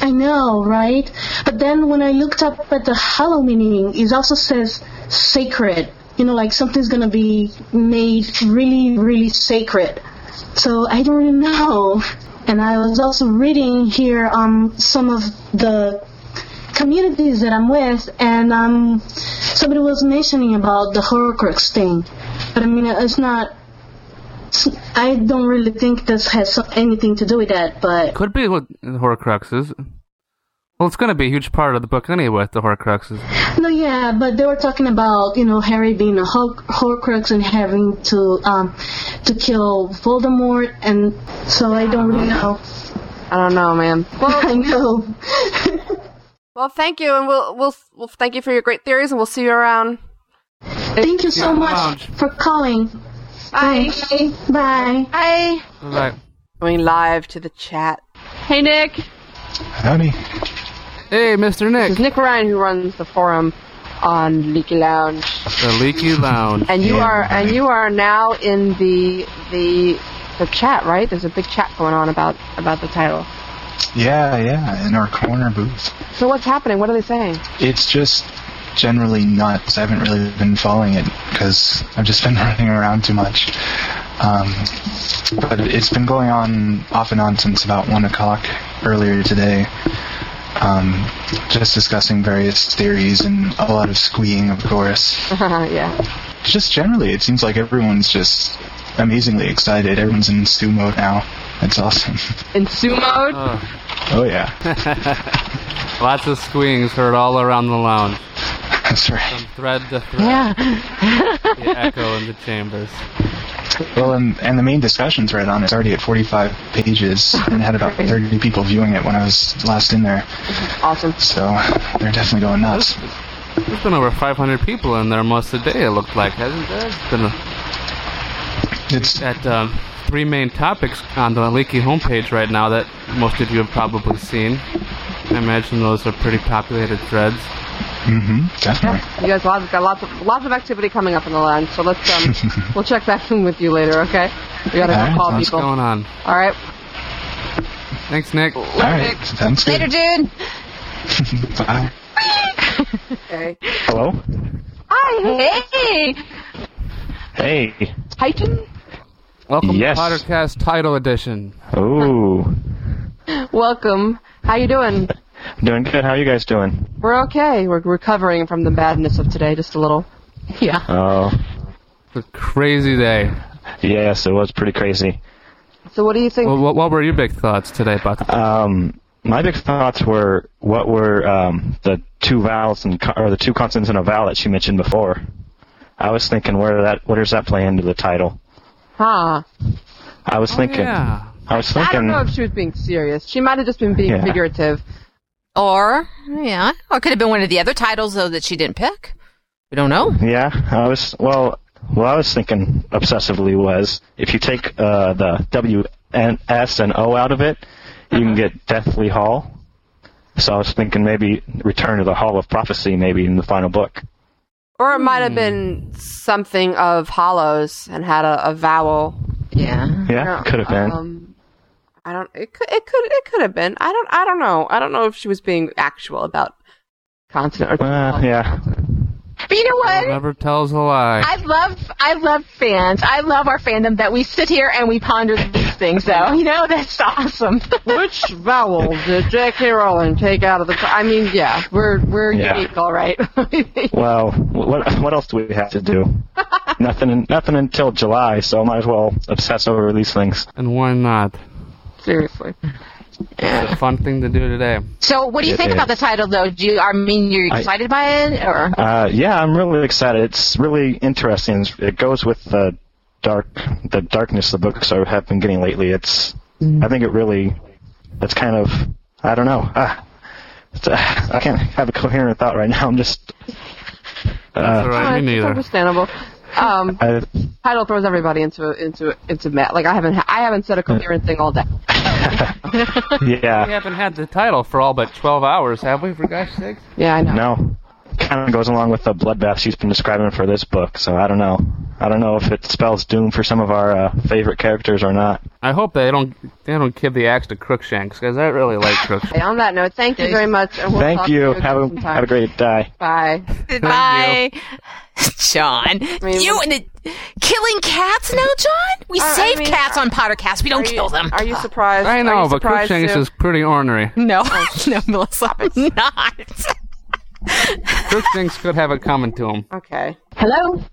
S2: I know, right? But then when I looked up at the Hollow meaning, it also says sacred. You know, like something's gonna be made really, really sacred. So I don't really know. And I was also reading here um, some of the communities that I'm with, and um, somebody was mentioning about the Horcrux thing. But I mean, it's not
S14: I don't really think this has so- anything to do with that, but
S7: Could be with Horcruxes. Well, it's going to be a huge part of the book anyway, with the Horcruxes.
S14: No, yeah, but they were talking about you know Harry being a Hor- Horcrux and having to um to kill Voldemort, and so I don't really know.
S6: I don't know, man.
S14: Well, I know.
S6: Well, thank you, and we'll we'll we'll thank you for your great theories, and we'll see you around.
S14: Thank you so much for calling.
S6: Bye.
S14: Bye.
S6: Bye.
S7: Right.
S6: Going live to the chat.
S9: Hey, Nick.
S6: Howdy.
S7: Hey, Mr. Nick.
S6: This is Nick Ryan who runs the forum on Leaky Lounge,
S7: The Leaky Lounge.
S6: and you are and you are now in the the the chat, right? There's a big chat going on about about the title.
S15: Yeah, yeah, in our corner booth.
S6: So what's happening? What are they saying?
S15: It's just generally nuts. I haven't really been following it because I've just been running around too much. Um, but it's been going on off and on since about 1 o'clock earlier today. Um, just discussing various theories and a lot of squeeing, of course.
S6: yeah.
S15: Just generally, it seems like everyone's just amazingly excited. Everyone's in Stu mode now. It's awesome.
S6: In sumo.
S7: Uh.
S15: oh, yeah.
S7: Lots of squeings heard all around the lounge.
S15: That's right.
S7: From thread to thread. the echo in the chambers.
S15: Well, and, and the main discussion thread on it's already at 45 pages and had about 30 people viewing it when I was last in there.
S6: Awesome.
S15: So they're definitely going nuts.
S7: There's been over 500 people in there most of the day, it looked like, hasn't there? It's been a,
S15: it's
S7: at um, three main topics on the Leaky homepage right now that most of you have probably seen. I imagine those are pretty populated threads.
S15: Mm-hmm, definitely.
S6: You guys lots, got lots of lots of activity coming up in the lounge, so let's um, we'll check back in with you later, okay? We gotta go call
S7: What's
S6: people.
S7: going uh, on?
S6: All right.
S7: Thanks, Nick. All
S15: right, sounds good.
S6: Later, dude.
S15: Bye.
S6: Okay.
S16: Hello?
S6: Hi. Hey.
S16: Hey.
S6: Hiking.
S7: Welcome
S16: Yes.
S7: to Pottercast Title Edition.
S16: Oh,
S6: Welcome. How you doing?
S16: doing good. How are you guys doing?
S6: We're okay. We're recovering from the badness of today, just a little. Yeah.
S16: Oh.
S7: It's a crazy day.
S16: Yes, it was pretty crazy.
S6: So what do you think?
S7: Well, what, what were your big thoughts today about the
S16: Um, my big thoughts were what were um, the two vowels and co- or the two consonants in a vowel that you mentioned before. I was thinking where that where does that play into the title?
S6: Huh.
S16: I was
S6: Oh,
S16: thinking.
S6: yeah.
S16: I was
S6: I don't
S16: thinking.
S6: know if she was being serious. She might have just been being
S16: Yeah.
S6: figurative.
S8: Or, yeah, or it could have been one of the other titles, though, that she didn't pick.
S16: You don't know? Yeah, I was well. What I was thinking obsessively was if you take uh, the W and S and O out of it, you can get Deathly Hall. So I was thinking maybe Return to the Hall of Prophecy, maybe in the final book.
S6: Or it might have been something of hollows and had a, a vowel. Yeah.
S16: Yeah, could have been.
S6: Um, I don't. It could. It could. It could have been. I don't. I don't know. I don't know if she was being actual about consonant.
S16: Uh, yeah.
S17: But you know what?
S7: Never tells a lie.
S17: I love I love fans. I love our fandom that we sit here and we ponder these things. Though Oh, you know that's awesome.
S6: Which vowel did J.K. Rowling take out of the? I mean, yeah, we're we're
S16: Yeah.
S6: unique, all right.
S16: Well, what what else do we have to do? nothing nothing until July, so I might as well obsess over these things.
S7: And why not?
S6: Seriously.
S7: It's a fun thing to do today.
S17: So what do you
S16: It
S17: think about the
S16: is.
S17: title though? Do you I mean you're
S16: I-
S17: excited by it or
S16: Uh, yeah, I'm really excited. It's really interesting. It's- It goes with the dark, the darkness the books I have been getting lately. It's,
S6: Mm.
S16: I think it really, it's kind of, I don't know. Ah, it's, uh, I can't have a coherent thought right now. I'm just. Uh,
S6: Alright, it's understandable. Um,
S16: I-
S6: title throws everybody into into into met. Like I haven't I haven't said a coherent thing all day.
S16: yeah.
S7: We haven't had the title for all but 12 hours, have we, for gosh sakes?
S6: Yeah, I know.
S16: No. Kind of goes along with the bloodbath she's been describing for this book, so I don't know. I don't know if it spells doom for some of our uh, favorite characters or not.
S7: I hope they don't they don't give the axe to Crookshanks, because I really like
S6: Okay,
S7: Crookshanks.
S6: on that note, thank you very much. And we'll talk
S16: Thank
S6: To
S16: you.
S6: you again
S16: Have a,
S6: sometime.
S16: have a great uh, day.
S6: Bye.
S8: Goodbye. John. you and the killing cats now, John? We
S6: I- I
S8: save
S6: mean,
S8: cats on Pottercast. We don't
S6: you-
S8: kill them.
S6: Are you surprised?
S7: I
S6: Are
S7: know,
S6: you
S7: but
S6: surprised, Oh.
S7: Crookshanks
S6: Sue?
S7: is pretty ornery.
S8: No, no, Melissa, I'm not.
S7: Crookshanks could have it coming to him.
S6: Okay.
S17: Hello?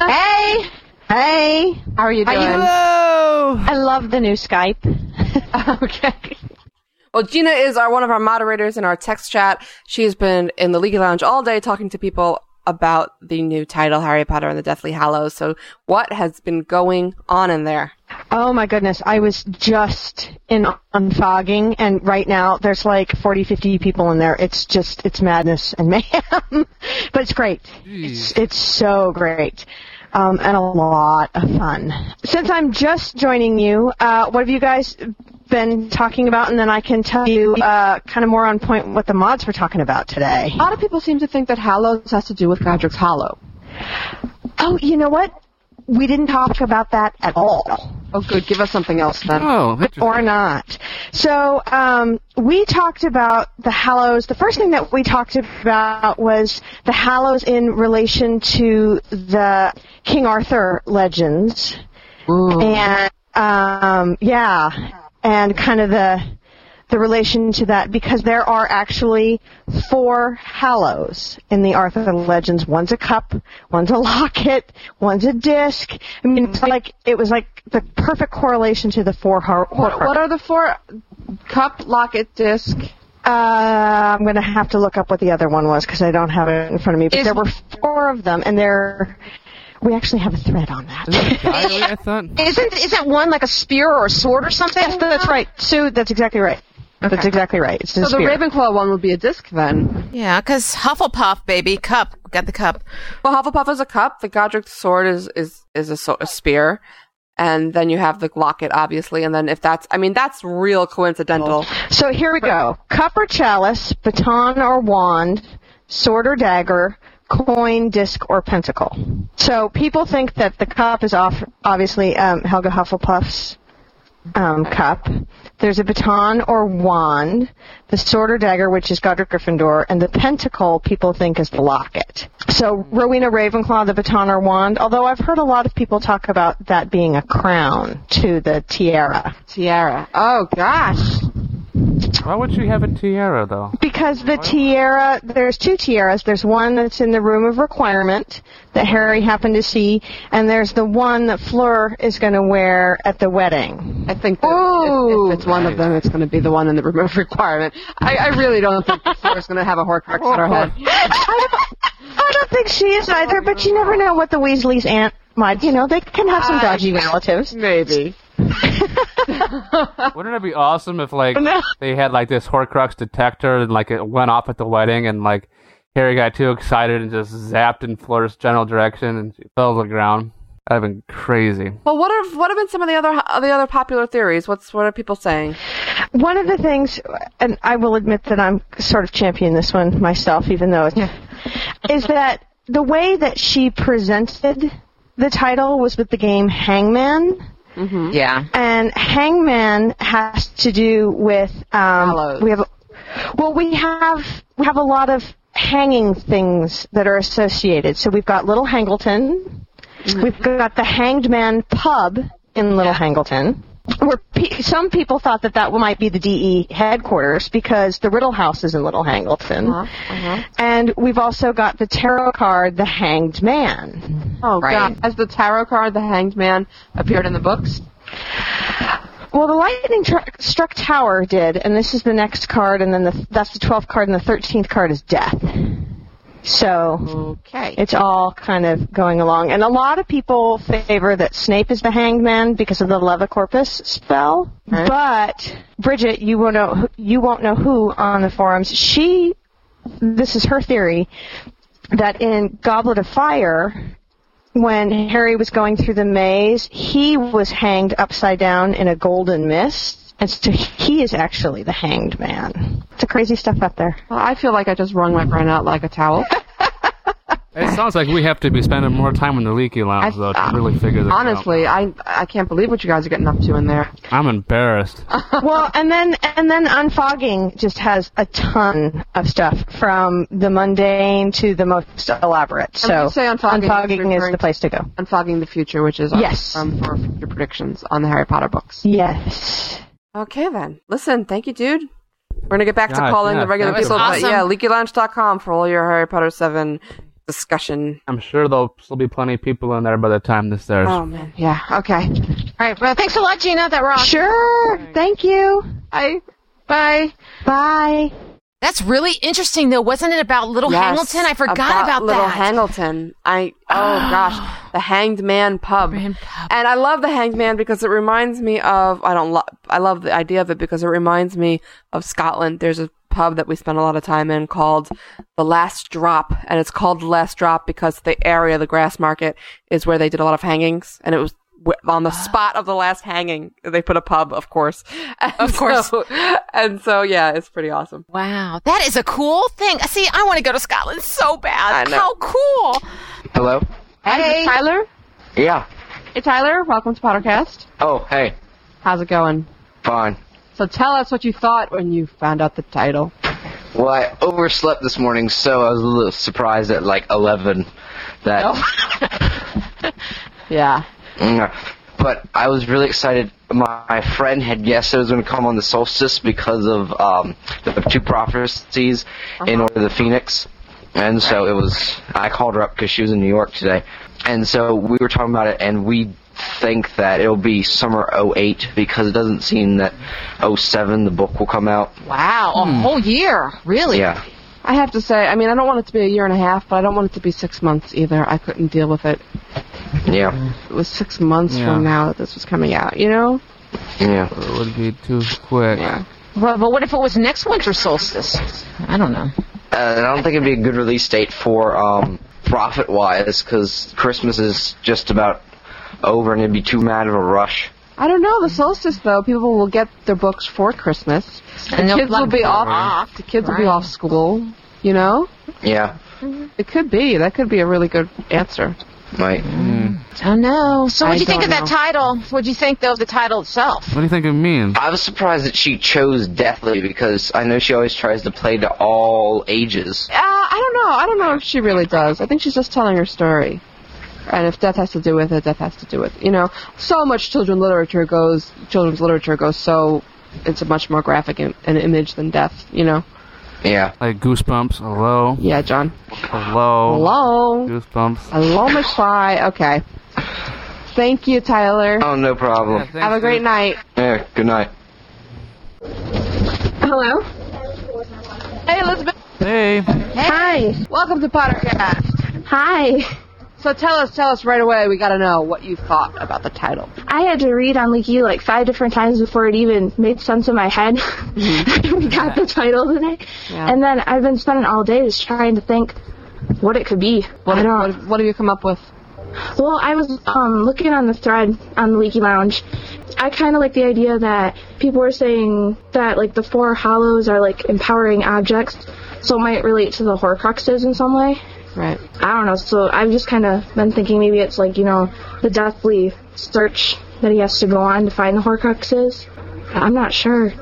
S17: Hey. Hey, how are you
S6: How you doing?
S17: Hello. I love the new Skype.
S6: Well, Gina is our one of our moderators in our text chat. She's been in the Leaky Lounge all day talking to people about the new title, Harry Potter and the Deathly Hallows. So, what has been going on in there?
S12: Oh my goodness, I was just in unfogging and right now there's like 40, 50 people in there. It's just, it's madness and mayhem. but it's great. It's, it's so great. Um, and a lot of fun. Since I'm just joining you, uh, what have you guys been talking about? And then I can tell you, uh, kind of more on point what the mods were talking about today.
S10: A lot of people seem to think that Hallows has to do with Godric's Hollow.
S12: Oh, you know what? We didn't talk about that at all.
S10: Oh, good. Give us something else then.
S12: or not. So um, we talked about the Hallows. The first thing that we talked about was the Hallows in relation to the King Arthur legends, and um, yeah, and kind of the the relation to that because there are actually four hallows in the Arthur legends. One's a cup, one's a locket, one's a disc. I mean,
S10: Mm-hmm.
S12: it's like it was like the perfect correlation to the four har-
S10: What, what are the four? Cup, locket, disc.
S12: Uh, I'm going to have to look up what the other one was because I don't have it in front of me. But there were four of them, and they're. We actually have a thread on that.
S7: I thought.
S12: Isn't isn't one like a spear or a sword or something? Yes, that's right. Sue, that's exactly right. That's exactly right. It's a
S10: So the
S12: spear.
S10: Ravenclaw one would be a disc then.
S8: Yeah, because Hufflepuff, baby, cup. Got the cup.
S6: Well, Hufflepuff is a cup. The Godric sword is is is a, so- a spear, and then you have the locket, obviously. And then if that's, I mean, that's real coincidental.
S12: So here we go. Cup or chalice, baton or wand, sword or dagger, coin, disc, or pentacle. So people think that the cup is off, obviously um, Helga Hufflepuff's um, cup. There's a baton or wand, the sword or dagger, which is Godric Gryffindor, and the pentacle people think is the locket. So Rowena Ravenclaw, the baton or wand, although I've heard a lot of people talk about that being a crown to the tiara.
S10: Tiara. Oh gosh.
S7: Why would you have a tiara though?
S12: Because the tiara, there's two tiaras. There's one that's in the room of requirement that Harry happened to see, and there's the one that Fleur is going to wear at the wedding.
S10: I think that if, if it's one of them, it's going to be the one in the remove requirement. I, I really don't think the floor is going to have a Horcrux on her head.
S12: I don't think she is either, but you never know what the Weasley's aunt might. You know, they can have some dodgy relatives.
S10: Maybe.
S7: Wouldn't it be awesome if like they had like this Horcrux detector and like it went off at the wedding and like Harry got too excited and just zapped in Fleur's general direction and she fell to the ground. That'd have been crazy.
S6: Well, what have what have been some of the other of the other popular theories? What's what are people saying?
S12: One of the things, and I will admit that I'm sort of championing this one myself, even though it's, is that the way that she presented the title was with the game Hangman.
S17: Mm-hmm. Yeah.
S12: And hangman has to do with um, we have well we have we have a lot of hanging things that are associated. So we've got Little Hangleton, we've got the Hanged Man pub in Little Hangleton. Where pe- some people thought that that might be the DE headquarters because the Riddle House is in Little Hangleton,
S10: Uh-huh.
S12: and we've also got the tarot card, the Hanged Man.
S10: Oh God! Has the tarot card, the Hanged Man, appeared in the books?
S12: Well, the lightning tr- struck tower did, and this is the next card, and then the, that's the twelfth card, and the thirteenth card is death. So
S17: okay.
S12: it's all kind of going along, and a lot of people favor that Snape is the hanged man because of the Leva Corpus spell. But Bridget, you won't know who- you won't know who on the forums. She, this is her theory, that in Goblet of Fire, when Harry was going through the maze, he was hanged upside down in a golden mist. And so he is actually the hanged man. It's a crazy stuff up there.
S10: Well, I feel like I just wrung my brain out like a towel.
S7: It sounds like we have to be spending more time in the leaky lounge though to really figure this
S10: Honestly, I I can't believe what you guys are getting up to in there.
S7: out. I'm embarrassed.
S12: well, and then and then unfogging just has a ton of stuff from the mundane to the most elaborate.
S10: And when
S12: So
S10: you say unfogging,
S12: unfogging is
S10: referring
S12: the place to go.
S10: Unfogging the future, which is
S12: Yes.
S10: um, for future predictions on the Harry Potter books.
S12: Yes.
S6: Okay, then. Listen, thank you, dude. We're gonna get back to
S10: Gosh,
S6: calling
S10: yeah,
S6: the regular
S10: that was
S6: people,
S10: awesome.
S6: but yeah, leakylounge.com for all your Harry Potter seven discussion.
S7: I'm sure there'll still be plenty of people in there by the time this airs.
S12: Oh
S8: Um,
S12: man, yeah. Okay.
S17: All right. Well, thanks a lot, Gina. That rocks.
S12: Sure. Thank you.
S17: Bye. Bye.
S12: Bye.
S8: That's really interesting, though, wasn't it? About Little
S6: Yes,
S8: Hamilton, I forgot about, that.
S6: Little Hamilton. I oh gosh, the Hanged Man pub. And I love the Hanged Man because it reminds me of I don't love I love the idea of it because it reminds me of Scotland. There's a pub that we spend a lot of time in called the Last Drop, and it's called the Last Drop because the area, the Grass Market, is where they did a lot of hangings, and it was wi- on the spot of the last hanging they put a pub of course of
S8: course.
S6: and so yeah it's pretty awesome
S8: wow That is a cool thing. See, I want to go to Scotland so bad.
S6: I know.
S8: How cool!
S18: Hello?
S10: Hey, Tyler.
S18: Yeah.
S10: Hey, Tyler. Welcome to Pottercast.
S18: Oh, hey.
S10: How's it going?
S18: Fine.
S10: So tell us what you thought when you found out the title.
S18: Well, I overslept this morning, so I was a little surprised at like 11 that.
S10: Yeah.
S18: Mm, But I was really excited. My friend had guessed it was going to come on the solstice because of um, the two prophecies in Order of the Phoenix. And so it was. I called her up because she was in New York today. And so we were talking about it, and we think that it'll be summer 08 because it doesn't seem that 07 the book will come out.
S10: Wow.
S18: a Hmm. whole
S10: year. Really?
S18: Yeah.
S10: I have to say, I mean, I don't want it to be a year and a half, but I don't want it to be six months either. I couldn't deal with it.
S18: Yeah.
S10: It was six months from
S7: Yeah.
S10: now that this was coming out, you know?
S18: Yeah.
S7: It would be too quick.
S17: Well, but what if it was next winter solstice? I don't know.
S18: Uh, and I don't think it'd be a good release date for um, profit wise because Christmas is just about over and it'd be too mad of a rush.
S10: I don't know. The solstice, though, people will get their books for Christmas.
S18: And
S10: The
S18: they'll
S10: kids will
S18: plug
S10: be
S18: them
S10: off.
S18: off.
S10: The kids will be
S18: Right. Mm-hmm.
S10: off school. You know,
S18: Yeah,
S10: it could be. That could be a really good answer.
S18: right.
S17: Oh no. So
S10: I
S17: what'd you think of that
S10: don't
S17: title? What'd you think though of the title itself?
S7: What do you think it means?
S18: I was surprised that she chose Deathly because I know she always tries to play to all ages.
S10: Uh,
S17: Oh.
S10: I don't know. I don't know if she really does. I think she's just telling her story. And if death has to do with it, death has to do with it. You know, so much children literature goes, children's literature goes so, it's a much more graphic Im- an image than death, you know.
S18: Yeah.
S7: Like Goosebumps. Hello.
S10: Yeah, John.
S7: Hello.
S10: Hello.
S7: Goosebumps.
S10: Hello, Miss Fly. Okay. Thank you, Tyler.
S18: Oh, no problem.
S10: Have a great night.
S18: Yeah, good night.
S10: Hello. Hey, Elizabeth.
S7: Hey.
S10: Hi. Welcome to Pottercast. Hi. So tell us, tell us right away. We got to know what you thought about the title.
S19: I had to read on Leaky like five different times before it even made sense in my head. we got the title today,
S10: Mm-hmm. Yeah.
S19: and then I've been spending all day just trying to think what it could be. What, I don't.
S10: What, have you come up with?
S19: Well, I was um, looking on the thread on the Leaky Lounge. I kind of like the idea that people were saying that like the four hollows are like empowering objects, so it might relate to the Horcruxes in some way.
S10: Right.
S19: I don't know. So I've just kind of been thinking maybe it's like you know the deathly search that he has to go on to find the Horcruxes. I'm not sure.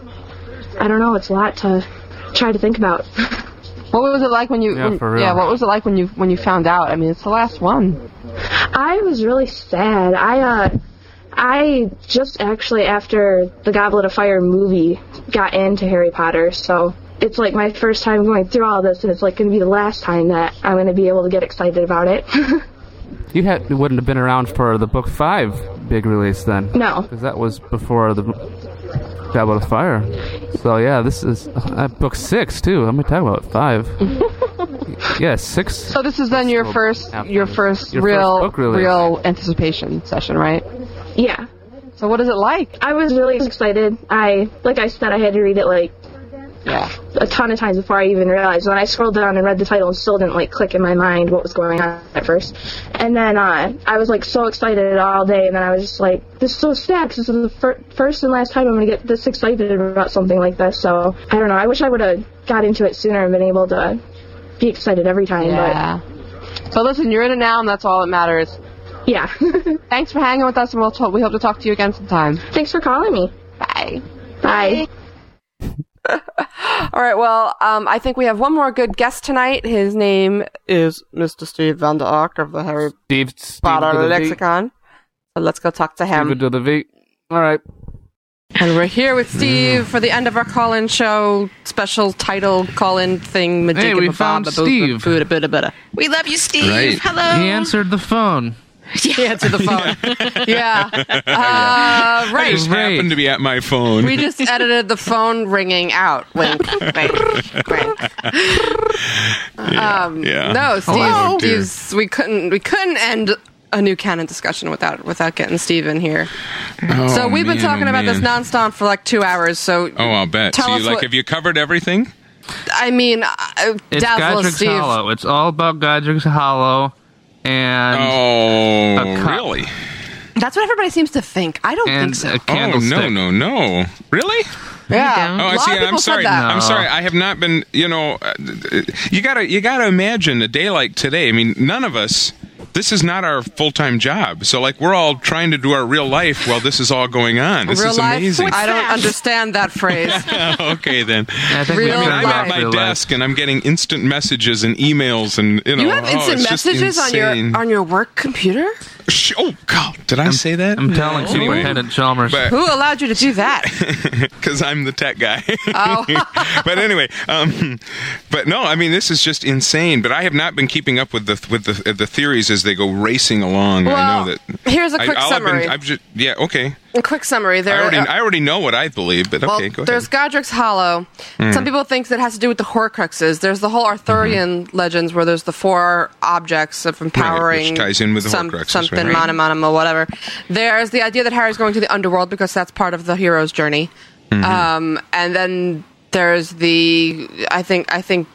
S19: I don't know. It's a lot to try to think about.
S10: What was it like when you?
S19: Yeah,
S10: when-
S19: for real.
S10: yeah, what was it like when you when you found out? I mean, it's the last one.
S19: I was really sad. I uh I just actually after the Goblet of Fire movie got into Harry Potter, so it's like my first time going through all this and it's like going to be the last time that I'm going to be able to get excited about it.
S7: You had, wouldn't have been around for the book five big release then.
S19: No.
S7: Because that was before the Goblet of Fire. So yeah, this is uh, book six too. Let me talk about five. yeah, six.
S10: So this is then your
S7: Well,
S10: first
S7: after
S10: your
S7: this.
S10: first
S7: Your first
S10: real
S7: book release.
S10: real anticipation session, right?
S19: yeah.
S10: So what is it like?
S19: I was really excited. I like I said I had to read it like
S10: Yeah.
S19: a ton of times before I even realized. When I scrolled down and read the title, and still didn't like click in my mind what was going on at first. And then uh, I was like so excited all day, and then I was just like, "This is so sad 'cause this is the fir- first and last time I'm gonna get this excited about something like this." So I don't know. I wish I would have got into it sooner and been able to be excited every time.
S10: Yeah. So listen, you're in it now, and that's all that matters.
S19: Yeah.
S10: Thanks for hanging with us, and we'll talk, we hope to talk to you again sometime.
S19: Thanks for calling me.
S10: Bye.
S19: Bye.
S6: All right. Well, um, I think we have one more good guest tonight. His name is Mr. Steve Van der Ark of the Harry
S7: Steve,
S6: Potter
S7: Steve with a V.
S6: Lexicon. So let's go talk to him.
S7: Steve with the V. All right.
S6: um, And we're here with Steve for the end of our call-in show special title call-in thing.
S7: Hey, we
S6: majigabababa-
S7: found Steve.
S6: bada- bada- bada.
S8: We love you, Steve. Hello.
S7: He answered the phone.
S6: He answered the phone. yeah. Uh,
S20: I just
S6: right.
S20: happened to be at my phone.
S6: We just edited the phone ringing out. Wink. Um,
S20: yeah.
S6: No, Steve.
S20: Hello. Oh, dear.
S6: Steve's, we couldn't. We couldn't end a new canon discussion without without getting Steve in here.
S20: Oh,
S6: so we've been
S20: man,
S6: talking
S20: oh,
S6: about this
S20: man.
S6: nonstop for like two hours. So
S20: Oh, I'll bet.
S6: Tell
S20: so you
S6: us
S20: like
S6: what-
S20: have you covered everything?
S6: I mean, uh,
S7: It's
S6: dazzle
S7: Godric's
S6: Steve.
S7: Hollow. It's all about Godric's Hollow and
S20: Oh,
S7: a cup
S20: really?
S6: That's what everybody seems to think. I don't
S7: and
S6: think so.
S7: a candlestick.
S20: Oh no, no, no! Really?
S6: Yeah.
S20: Oh,
S6: A
S20: I
S6: lot
S20: see.
S6: of people
S20: I'm
S6: said
S20: sorry.
S6: that.
S20: I'm
S6: No.
S20: sorry. I have not been. You know, uh, you gotta you gotta imagine a day like today. I mean, none of us. This is not our full time job. So like, we're all trying to do our real life while this is all going on. This
S6: Real
S20: is
S6: life.
S20: amazing.
S6: I don't understand that phrase.
S20: okay then. I
S7: think
S6: we Real figured
S20: I'm
S6: life.
S20: at
S6: Real
S20: my
S6: life.
S20: desk and I'm getting instant messages and emails and you know.
S6: You have
S20: oh,
S6: instant
S20: it's just
S6: messages on
S20: insane.
S6: your on your work computer.
S20: Sh- Oh God! Did I say that?
S7: I'm telling
S20: Anyway,
S7: Superintendent Chalmers.
S20: but-
S6: Who allowed you to do that?
S20: because I'm the tech guy.
S6: Oh.
S20: but anyway, um, but no, I mean this is just insane. But I have not been keeping up with the with the, the theories as they go racing along. I know
S6: Well,
S20: that.
S6: here's a
S20: I-
S6: quick
S20: all I've been-
S6: summary.
S20: I've ju- yeah, okay.
S6: A quick summary. There.
S20: I already
S6: uh,
S20: I already know what I believe, but okay, go
S6: well,
S20: ahead.
S6: there's Godric's Hollow.
S20: Mm.
S6: Some people think that has to do with the Horcruxes. There's the whole Arthurian
S20: Mm-hmm.
S6: legends where there's the four objects of empowering.
S20: ties in with the
S6: some-
S20: Horcruxes,
S6: Something,
S20: right?
S6: mana, mana, ma, whatever. There's the idea that Harry's going to the underworld because that's part of the hero's journey.
S20: Mhm.
S6: Um, and then there's the. I think. I think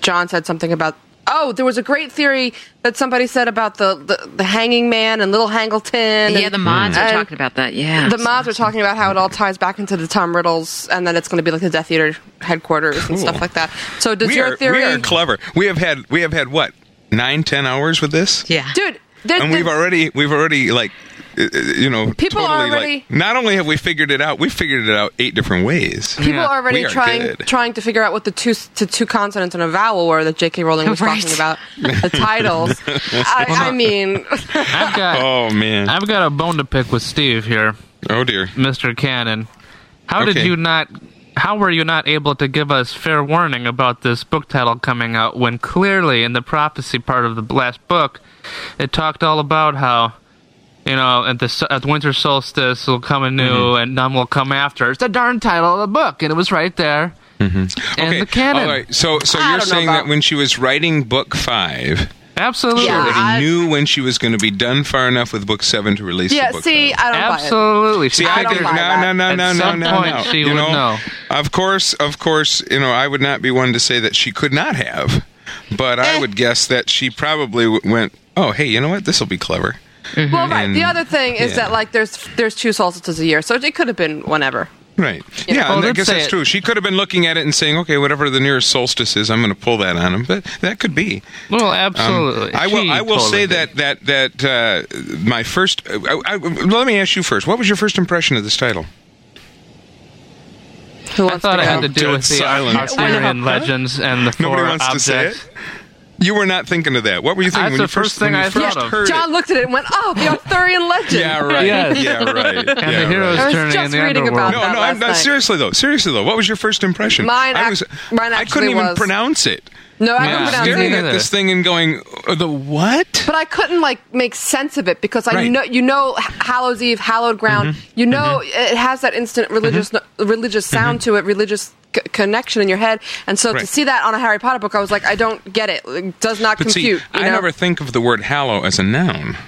S6: John said something about. Oh, there was a great theory that somebody said about the, the, the hanging man and little Hangleton.
S21: Yeah,
S6: and-
S21: the mods
S20: Mm.
S21: are
S6: and-
S21: talking about that. Yeah.
S6: the mods are talking about how it all ties back into the Tom Riddles, and then it's going to be like the Death Eater headquarters and stuff
S20: Cool.
S6: like that. So does
S20: we
S6: your
S20: are
S6: theory,
S20: we are clever. We have had we have had what nine ten hours with this.
S21: Yeah,
S6: dude? there-
S20: and we've
S6: there-
S20: already we've already like uh, uh, you know
S6: People are
S20: totally,
S6: already-
S20: like, not only have we figured it out we figured it out eight different ways
S6: people are already
S20: We are
S6: trying
S20: good.
S6: trying to figure out what the two the two consonants and a vowel were that J.K. Rowling was
S21: Right.
S6: talking about the titles. I,
S7: Well, no.
S6: I mean,
S7: I've got,
S20: oh man,
S7: I've got a bone to pick with Steve here.
S20: Oh dear,
S7: Mr. Cannon, how did
S20: Okay.
S7: you not? How were you not able to give us fair warning about this book title coming out when clearly in the prophecy part of the last book, it talked all about how. You know, at the so- at the winter solstice will come anew,
S20: Mm-hmm.
S7: and none will come after. It's the darn title of the book, and it was right there. Mm-hmm. And
S20: okay.
S7: the canon.
S20: all right so so you're
S7: I don't know
S20: saying
S7: about-
S20: that when she was writing book five
S7: Absolutely.
S20: she already
S6: I-
S20: knew when she was going to be done far enough with book seven to release the
S6: yeah.
S20: book
S6: See, I don't buy it.
S7: Absolutely.
S20: See,
S6: I
S20: I,
S6: don't
S20: think
S6: buy that.
S20: no, no, no,
S7: At
S20: no, no,
S7: some
S20: no,
S7: point,
S20: no.
S7: she
S20: you
S7: would
S20: know,
S7: know.
S20: of course, of course, you know, I would not be one to say that she could not have, but I would guess that she probably w- went, "Oh, hey, you know what? This will be clever."
S6: Well, right. The
S20: And-
S6: other thing is
S20: yeah.
S6: that like there's there's two solstices a year, so it could have been whenever.
S20: Right.
S6: Yeah.
S20: Yeah,
S6: Well,
S20: and I
S6: let's
S20: guess
S6: say
S20: that's
S6: it-
S20: true. She could have been looking at it and saying, "Okay, whatever the nearest solstice is, I'm going to pull that on him." But that could be.
S7: Well,
S20: Um,
S7: absolutely.
S20: I will.
S7: She
S20: I will
S7: totally
S20: say
S7: did.
S20: that that that uh, my first. uh, I, I, let me ask you first. What was your first impression of this title?
S7: I thought
S20: to go?
S7: it had to do
S20: Dead
S7: with the
S20: silence.
S7: Arthurian legends and the four
S20: Nobody wants
S7: objects.
S20: to say it. You were not thinking of that. What were you thinking when
S7: That's the
S20: you first,
S7: first thing
S20: when you
S7: I
S20: first
S7: thought of.
S20: heard
S6: John looked at it and went, "Oh, the Arthurian legend."
S20: it? Yeah, right.
S7: Yes.
S20: Yeah, right.
S7: And the
S20: yeah, right.
S7: hero's I was journey
S6: just in the reading about
S20: no,
S6: that
S20: no,
S6: last
S20: I'm not
S6: night.
S20: seriously though. Seriously though, what was your first impression?
S6: Mine
S20: I
S6: ac-
S20: was.
S6: mine
S20: I
S6: actually
S20: couldn't even
S6: was-
S20: pronounce it.
S6: No, I
S20: I
S6: couldn't
S20: was
S6: pronounce
S20: staring
S6: it
S20: at
S6: either.
S20: this thing and going, "Uh, "The what?"
S6: But I couldn't like make sense of it because I
S20: Right.
S6: know you know H- Hallows Eve, Hallowed Ground. You know it has that instant religious religious sound to it, religious c- connection in your head. And so to
S20: Right.
S6: see that on a Harry Potter book, I was like, I don't get it. It does not
S20: But see,
S6: compute. you
S20: I
S6: know?
S20: never think of the word "hallow" as a noun.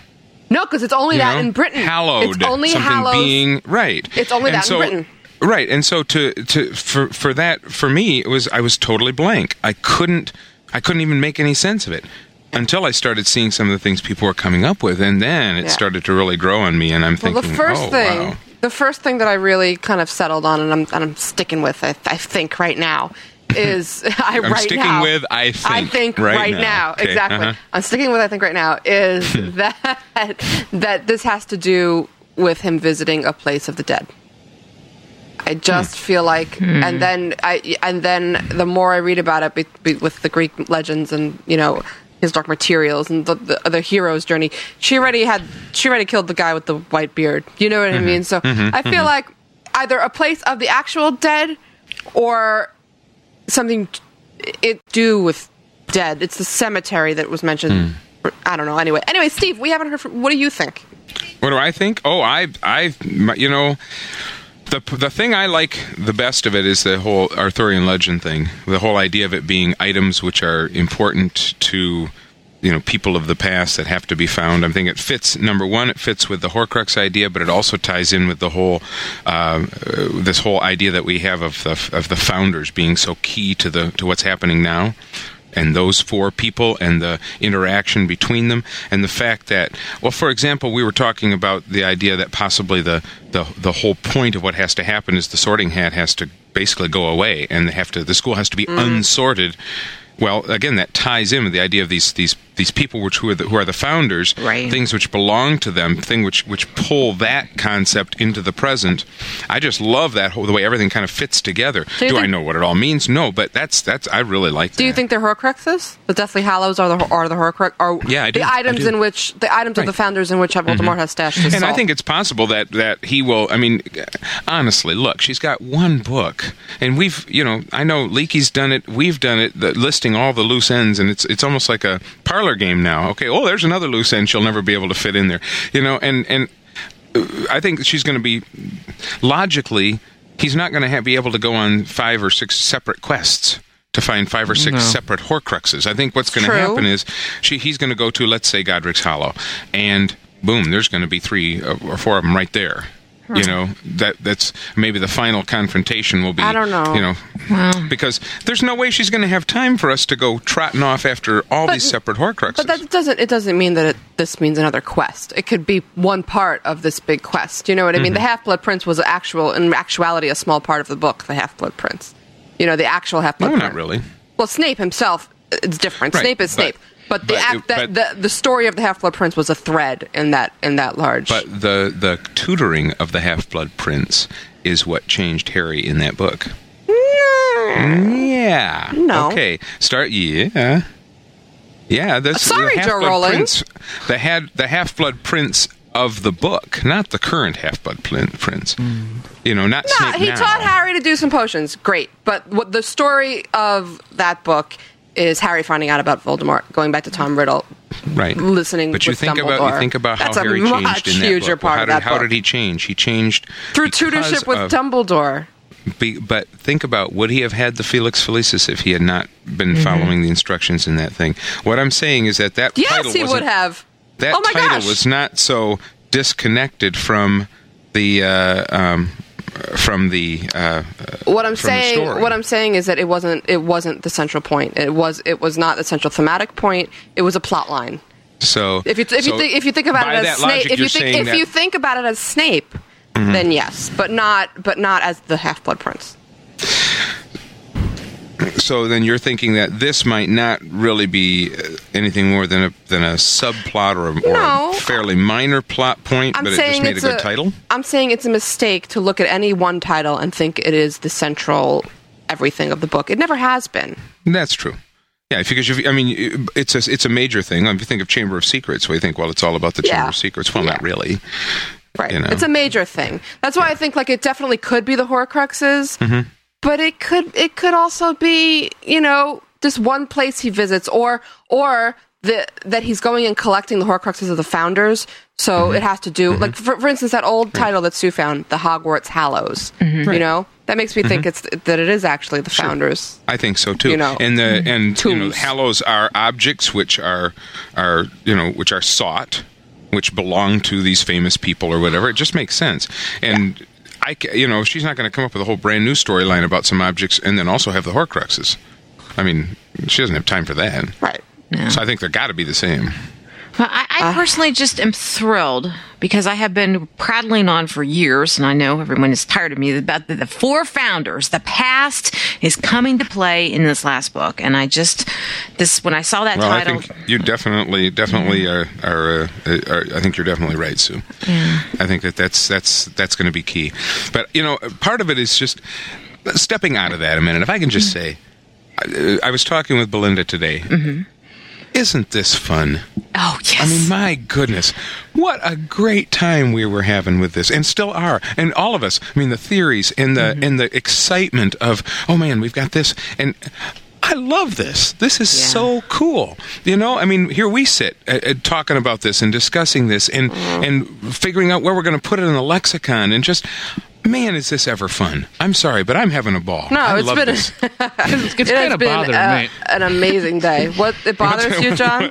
S6: no, because it's only
S20: you
S6: that
S20: know?
S6: in Britain.
S20: Hallowed.
S6: It's only
S20: something
S6: Hallows.
S20: being right.
S6: It's only
S20: And
S6: that in
S20: so-
S6: Britain.
S20: Right, and so to to for for that for me it was I was totally blank. I couldn't I couldn't even make any sense of it until I started seeing some of the things people were coming up with, and then it
S6: Yeah.
S20: started to really grow on me. And I'm
S6: Well,
S20: thinking,
S6: the first
S20: oh
S6: thing,
S20: wow.
S6: the first thing that I really kind of settled on, and I'm and I'm sticking with, I, I think right now, is I
S20: I'm
S6: right
S20: sticking
S6: now.
S20: with I think. right, now. Okay,
S6: exactly.
S20: uh-huh.
S6: I'm sticking with I think right now is that that this has to do with him visiting a place of the dead. I just feel like,
S21: Hmm.
S6: and then I, and then the more I read about it, be, be, with the Greek legends and you know his dark materials and the, the the hero's journey, she already had, she already killed the guy with the white beard. You know what I
S21: Mhm.
S6: mean? So
S21: Mhm.
S6: I feel
S21: Mhm.
S6: like either a place of the actual dead or something t- it do with dead. It's the cemetery that was mentioned.
S21: Hmm.
S6: I don't know. Anyway, anyway, Steve, we haven't heard from. What do you think?
S20: What do I think? Oh, I, I, my- you know, the the thing I like the best of it is the whole Arthurian legend thing. The whole idea of it being items which are important to, you know, people of the past that have to be found. I think it fits. Number one, it fits with the Horcrux idea, but it also ties in with the whole, uh, uh, this whole idea that we have of the of the founders being so key to the to what's happening now and those four people and the interaction between them and the fact that well for example we were talking about the idea that possibly the the, the whole point of what has to happen is the sorting hat has to basically go away and they have to the school has to be
S6: Mm-hmm.
S20: unsorted well again that ties in with the idea of these these these people which who are the, who are the founders things which belong to them thing which which pull that concept into the present i just love that whole the way everything kind of fits together
S6: So you
S20: do i
S6: think-
S20: know what it all means no but that's that's i really like
S6: Do you think they're Horcruxes? The Deathly Hallows are the are the Horcrux are
S20: Yeah, I do.
S6: the
S20: I
S6: items
S20: do.
S6: in which the items of the founders in which Voldemort has stashed. His
S20: Mm-hmm. and I
S6: soul.
S20: think it's possible that that he will. I mean, honestly, look, she's got one book, and we've, you know, I know Leaky's done it, we've done it, the, listing all the loose ends, and it's it's almost like a parlor game now. Okay, oh, there's another loose end she'll never be able to fit in there, you know, and and uh, I think she's going to be logically, he's not going to be able to go on five or six separate quests. To find five or six
S21: No.
S20: separate Horcruxes, I think what's going to
S21: True.
S20: happen is she he's going to go to let's say Godric's Hollow, and boom, there's going to be three uh, or four of them right there. You know that that's maybe the final confrontation will be.
S6: I don't know.
S20: You know, because there's no way she's going to have time for us to go trotting off after all
S6: But-
S20: these separate Horcruxes.
S6: But that doesn't it doesn't mean that it, this means another quest. It could be one part of this big quest. You know what I mean?
S20: Mhm.
S6: The Half Blood Prince was actual in actuality a small part of the book, The Half Blood Prince. You know, the actual Half Blood
S20: no,
S6: Prince.
S20: not really.
S6: Well, Snape himself it's different.
S20: Right,
S6: Snape is
S20: but-
S6: Snape. But the
S20: but
S6: act
S20: it-
S6: that the, the story of the Half Blood Prince was a thread in that in that large
S20: But the the tutoring of the Half Blood Prince is what changed Harry in that book. Yeah.
S6: No.
S20: Okay. Start. Yeah. Yeah. This
S6: Sorry,
S20: the
S6: Joe
S20: Half-Blood
S6: Rowling.
S20: Prince, the had the Half Blood Prince of the book, not the current Half Blood Prince. You know, not
S6: No,
S20: Snape
S6: he
S20: now.
S6: taught Harry to do some potions. Great, but what the story of that book is Harry finding out about Voldemort, going back to Tom Riddle,
S20: right
S6: listening.
S20: But you
S6: with
S20: think about
S6: Dumbledore.
S20: you think about how
S6: That's
S20: Harry
S6: a
S20: changed
S6: much
S20: in that
S6: huger
S20: book. Well,
S6: part
S20: how
S6: of
S20: did,
S6: that
S20: how
S6: book.
S20: did he change? He changed
S6: through
S20: because
S6: tutorship with
S20: of-
S6: Dumbledore.
S20: Be, but think about would he have had the Felix Felicis if he had not been
S6: Mhm.
S20: following the instructions in that thing? What I'm saying is that that title
S6: Yes, he
S20: wasn't-
S6: would have.
S20: That
S6: oh my
S20: title
S6: gosh!
S20: was not so disconnected from the uh, um, from the uh,
S6: what I'm
S20: from the
S6: saying,
S20: story.
S6: what I'm saying is that it wasn't it wasn't the central point. It was it was not the central thematic point. It was a plot line.
S20: so
S6: If you if
S20: so
S6: you think if you think about
S20: by
S6: it
S20: that
S6: as Snape,
S20: logic,
S6: if you
S20: you're
S6: think
S20: saying
S6: if
S20: that-
S6: you think about it as Snape,
S20: Mhm.
S6: then yes, but not but not as the Half Blood Prince.
S20: so then you're thinking that this might not really be uh, anything more than a than a subplot or, a- or
S6: No.
S20: a fairly minor plot point,
S6: I'm
S20: but it just
S6: saying
S20: made a
S6: it's
S20: good title.
S6: I'm saying it's a mistake to look at any one title and think it is the central everything of the book. It never has been.
S20: That's true. Yeah, if- because if, I mean, it's a it's a major thing. If you think of Chamber of Secrets, we think, well, it's all about the Chamber
S6: Yeah.
S20: of Secrets. Well, not really.
S6: Right.
S20: You know.
S6: It's a major thing. That's why I think like it definitely could be the Horcruxes,
S20: Mhm.
S6: but it could it could also be you know just one place he visits or or the, that he's going and collecting the Horcruxes of the founders. So
S20: Mm-hmm.
S6: it has to do like for, for instance that old title that Sue found, the Hogwarts Hallows.
S20: Mhm.
S6: You
S20: Right.
S6: know that makes me think
S20: Mhm.
S6: it's that it is actually the founders.
S20: I think so too.
S6: You know,
S20: and the and you know,
S6: tombs.
S20: hallows are objects which are are you know which are sought, which belong to these famous people or whatever. It just makes sense. And I ca you know she's not going to come up with a whole brand new storyline about some objects and then also have the Horcruxes. I mean, she doesn't have time for that.
S6: Right.
S20: So I think they're got to be the same.
S22: Well, I,
S6: Uh.
S22: I personally just am thrilled because I have been prattling on for years, and I know everyone is tired of me about the, the four founders. The past is coming to play in this last book, and I just this when I saw that
S20: well,
S22: title.
S20: I think you definitely, definitely are.
S6: Mm-hmm.
S20: are, uh, are I think you're definitely right, Sue.
S22: yeah.
S20: I think that that's that's that's going to be key. But you know, part of it is just stepping out of that a minute. If I can just say, I, I was talking with Belinda today, Isn't this fun?
S22: Oh, yes.
S20: I mean, my goodness. What a great time we were having with this and still are. And all of us. I mean, the theories and the and the excitement of, oh man, we've got this and I love this. This is so cool. You know, I mean, here we sit uh, uh, talking about this and discussing this and and figuring out where we're going to put it in the lexicon and just man, is this ever fun. I'm sorry, but I'm having a ball.
S6: No,
S20: Oh, I
S6: it's
S20: love
S6: been,
S20: this.
S6: it's
S20: been a bother to me.
S6: an amazing day. What it bothers you, John?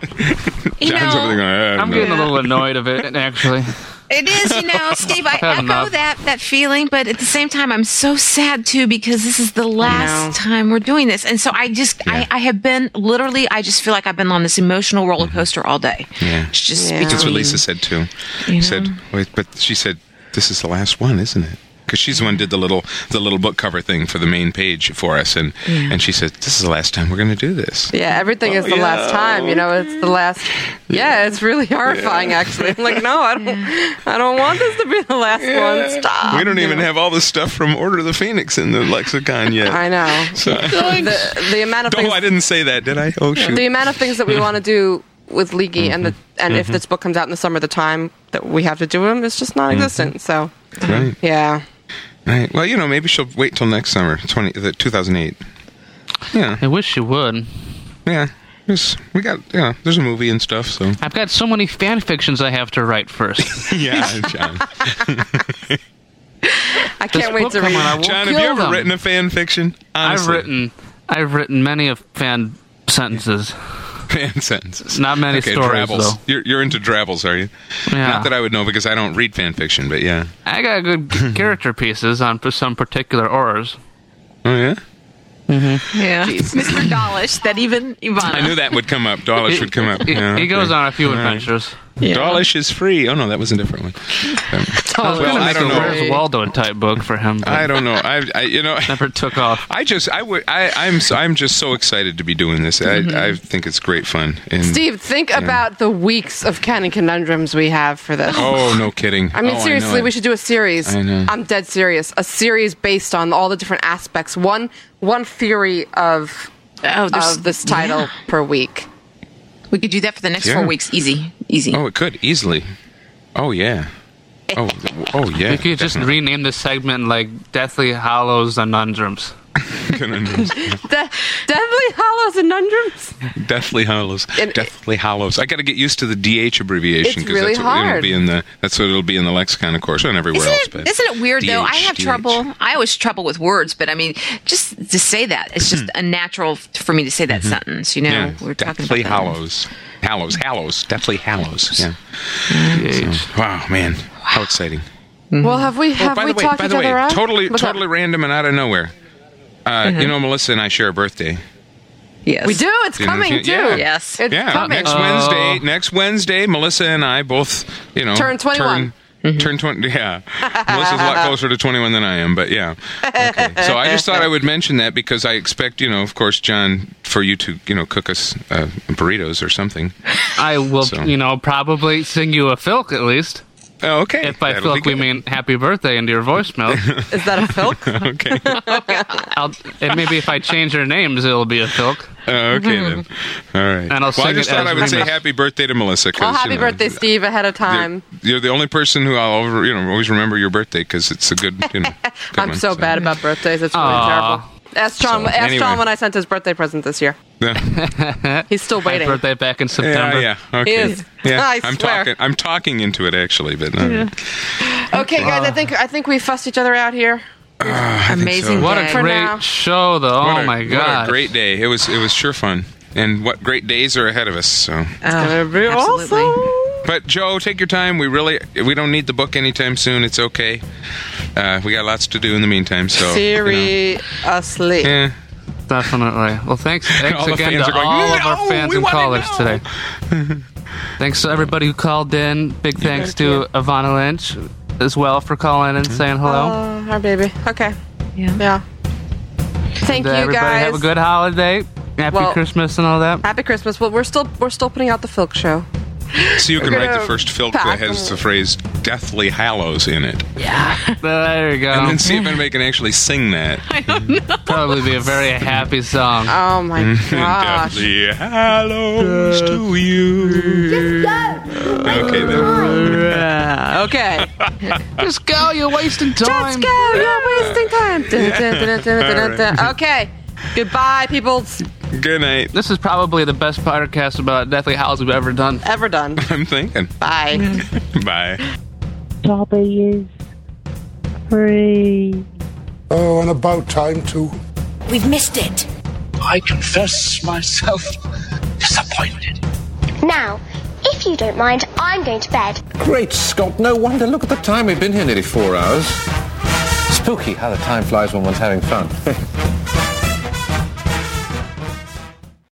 S20: You John's know- over there uh, going, "I
S7: I'm
S20: don't
S7: getting a
S20: know."
S7: little annoyed of it, actually.
S22: It is, you know, Steve. I
S7: Fair
S22: echo
S7: enough.
S22: that that feeling, but at the same time, I'm so sad too because this is the last time we're doing this, and so I just I, I have been literally I just feel like I've been on this emotional roller
S20: Mm-hmm.
S22: coaster all day.
S20: Yeah.
S22: It's just
S20: That's what
S22: between-
S20: Lisa said too.
S22: You
S20: She said, wait, but she said, this is the last one, isn't it? Because she's the one who did the little the little book cover thing for the main page for us, and
S6: Yeah.
S20: and she said, this is the last time we're going to do this.
S6: Yeah, everything is the
S20: Oh,
S6: last
S20: yeah.
S6: time. You know, it's the last. Yeah, it's really horrifying. Actually, I'm like, no, I don't. I don't want this to be the last one. Stop.
S20: We don't even have all the stuff from Order of the Phoenix in the lexicon yet.
S6: I know.
S20: So,
S6: the, the amount of
S20: oh,
S6: things,
S20: I didn't say that, did I? Oh shoot.
S6: the amount of things that we want to do with Leaky and the and if
S20: Mhm.
S6: this book comes out in the summer, the time that we have to do them is just
S20: Mm-hmm.
S6: non-existent. So,
S20: Right.
S6: yeah.
S20: Right. Well, you know, maybe she'll wait till next summer, twenty the two thousand eight. Yeah.
S7: I wish she would.
S20: Yeah. There's, we got yeah. There's a movie and stuff, so
S7: I've got so many fan fictions I have to write first.
S20: yeah, John.
S6: I can't wait to read.
S20: John, have you ever written a fan fiction?
S7: I've
S20: Honestly.
S7: written, I've written many of fan sentences.
S20: Fan sentences.
S7: Not many
S20: okay,
S7: stories
S20: Drabbles.
S7: though.
S20: You're, you're into Drabbles, are you?
S7: Yeah.
S20: Not that I would know because I don't read fan fiction, but yeah.
S7: I got good character pieces on for some particular auras.
S20: Oh yeah.
S7: Mm-hmm.
S22: Yeah, Mr. Dolish, that even Ivana.
S20: I knew that would come up. Dawlish would come up.
S7: He-
S20: Yeah,
S7: he
S20: okay.
S7: goes on a few
S20: All right.
S7: adventures.
S20: Dawlish is free. Oh no, that was a different one. Um,
S7: I
S20: well,
S7: was gonna
S20: I
S7: make a
S20: don't know.
S7: Where's Waldo type book for him. but
S20: I don't know. I, I you know
S7: never took off.
S20: I just I would I I'm so, I'm just so excited to be doing this. I
S6: Mhm.
S20: I think it's great fun. And,
S6: Steve, think
S20: yeah.
S6: about the weeks of canon conundrums we have for this.
S20: Oh no, kidding.
S6: uh, I mean,
S20: Oh,
S6: seriously,
S20: know.
S6: we should do a series.
S20: I know.
S6: am dead serious. A series based on all the different aspects. One one theory of
S7: Oh,
S22: there's-
S6: of this title
S22: yeah.
S6: per week.
S22: We could do that for the next
S20: Yeah.
S22: four weeks, easy, easy.
S20: Oh, it could easily. Oh yeah. Oh th- oh yeah.
S7: we could just
S20: definitely.
S7: rename this segment like Deathly Hollows Conundrums.
S20: Conundrums.
S6: De- Deadly Hollows Conundrums.
S20: Deathly Hollows.
S6: And-
S20: Deathly Hollows. I got to get used to the DH abbreviation
S22: It's
S20: that's
S22: really
S20: what it'll
S22: hard.
S20: be in the that's what it'll be in the lexicon, of course, and everywhere
S22: Isn't
S20: else.
S22: it,
S20: But
S22: isn't it weird though? I
S20: DH,
S22: have
S20: DH.
S22: trouble. I always trouble with words, but I mean, just to say that, it's just
S20: Hmm.
S22: unnatural f- for me to say
S20: Mm-hmm.
S8: Mm-hmm.
S22: that sentence. You know,
S20: Yeah,
S22: we we're talking
S20: Deathly
S22: about that.
S20: Hallows. Hallows, Hallows, Deathly Hallows. Yeah. So, wow, man, how exciting!
S7: Mm-hmm.
S6: Well, have we have
S20: by
S6: we
S20: the way,
S6: talked
S20: by
S6: each
S20: the way,
S6: other out?
S20: totally,
S6: What's up?
S20: totally random and out of nowhere. Uh, You
S7: Mm-hmm.
S22: Mhm.
S20: know, Melissa and I share a birthday.
S22: Yes,
S6: We do. It's
S20: Do you know
S6: coming
S20: if
S6: too.
S20: you- yeah.
S22: Yes,
S6: it's
S20: yeah,
S6: coming.
S20: next
S7: Oh.
S20: Wednesday. Next Wednesday, Melissa and I both, you know,
S6: Turn 21.
S20: Turn,
S7: Mm-hmm.
S20: turn twenty. Yeah, Melissa's a lot closer to twenty-one than I am, but yeah. Okay. So I just thought I would mention that because I expect, you know, of course, John, for you to, you know, cook us uh, burritos or something.
S7: I will, you know, probably sing you a filk at least.
S20: Oh, okay.
S7: If by
S20: That'll be
S7: filk we
S20: good.
S7: mean happy birthday into your voicemail.
S6: Is that a filk?
S20: okay.
S7: I'll, and maybe if I change your names, it'll be a filk.
S20: okay then. All right.
S7: And I'll
S20: well, I
S7: sing
S20: just
S7: it
S20: thought
S7: as
S20: I would say
S7: Remus.
S20: happy birthday to Melissa. 'cause,
S6: Well,
S20: you
S6: happy
S20: know,
S6: birthday, Steve, ahead of time.
S20: You're the only person who I'll over, you know always remember your birthday because it's a good. You know, good
S6: I'm
S20: one,
S6: so bad about birthdays. It's really
S20: Aw.
S6: terrible. Ask John.
S20: So,
S6: ask
S20: anyway.
S6: John when I sent his birthday present this year.
S20: Yeah.
S6: He's still
S7: My
S6: waiting.
S7: birthday back in September.
S20: Yeah, yeah. Okay.
S6: He is.
S20: Yeah,
S6: I
S20: am
S6: swear.
S20: talking. I'm talking into it actually, but no.
S6: Yeah. Okay, guys, I
S20: Uh,
S6: think I think we fussed each other out here.
S20: Amazing
S7: What
S20: day.
S7: a
S20: For
S6: now.
S7: great show, though.
S20: What
S7: oh
S20: a-
S7: my
S20: What
S7: god.
S20: a great day! It was. It was sure fun. And what great days are ahead of us. So,
S22: absolutely.
S20: but Joe, take your time. We really we don't need the book anytime soon. It's okay. Uh, we got lots to do in the meantime. So, you know.
S6: Seriously.
S20: Yeah.
S7: Definitely. Well, thanks, thanks
S20: All the
S7: again
S20: fans
S7: to
S20: are going,
S7: all of
S20: "No,
S7: our fans
S20: we
S7: and
S20: wanna
S7: callers today. thanks to everybody who called in. Big thanks to Ivana Lynch as well for calling
S20: Mm-hmm.
S7: and saying hello.
S6: Uh, our baby. Okay. Yeah. Yeah. Thank
S7: And, uh,
S6: you
S7: everybody
S6: guys.
S7: have a good holiday. Happy
S6: Well-
S7: Christmas and all that.
S6: Happy Christmas. Well, we're still we're still putting out the Filk show.
S20: So you can
S23: We're
S20: write the
S23: gonna
S20: first filk that
S23: pack
S20: has the phrase "Deathly Hallows" in it.
S23: Yeah.
S7: there you go.
S20: And then see if anybody can actually sing that.
S7: Probably be a very happy song.
S6: Oh my gosh.
S20: Deathly Hallows Mm-hmm. to you. Okay
S7: then.
S6: Okay.
S7: Just go, you're wasting time.
S6: Just go, you're wasting time. Dun, dun, dun, dun, dun, dun, dun.
S7: All right.
S6: Okay. Goodbye, people.
S20: Good night.
S7: This is probably the best podcast about Deathly Hallows we've ever done.
S6: Ever done.
S20: I'm thinking.
S6: Bye.
S20: Bye.
S11: W free.
S2: Oh, and about time too.
S24: We've missed it.
S2: I confess myself disappointed.
S5: Now, if you don't mind, I'm going to bed.
S25: Great Scott, no wonder. Look at the time. We've been here nearly four hours. Spooky how the time flies when one's having fun.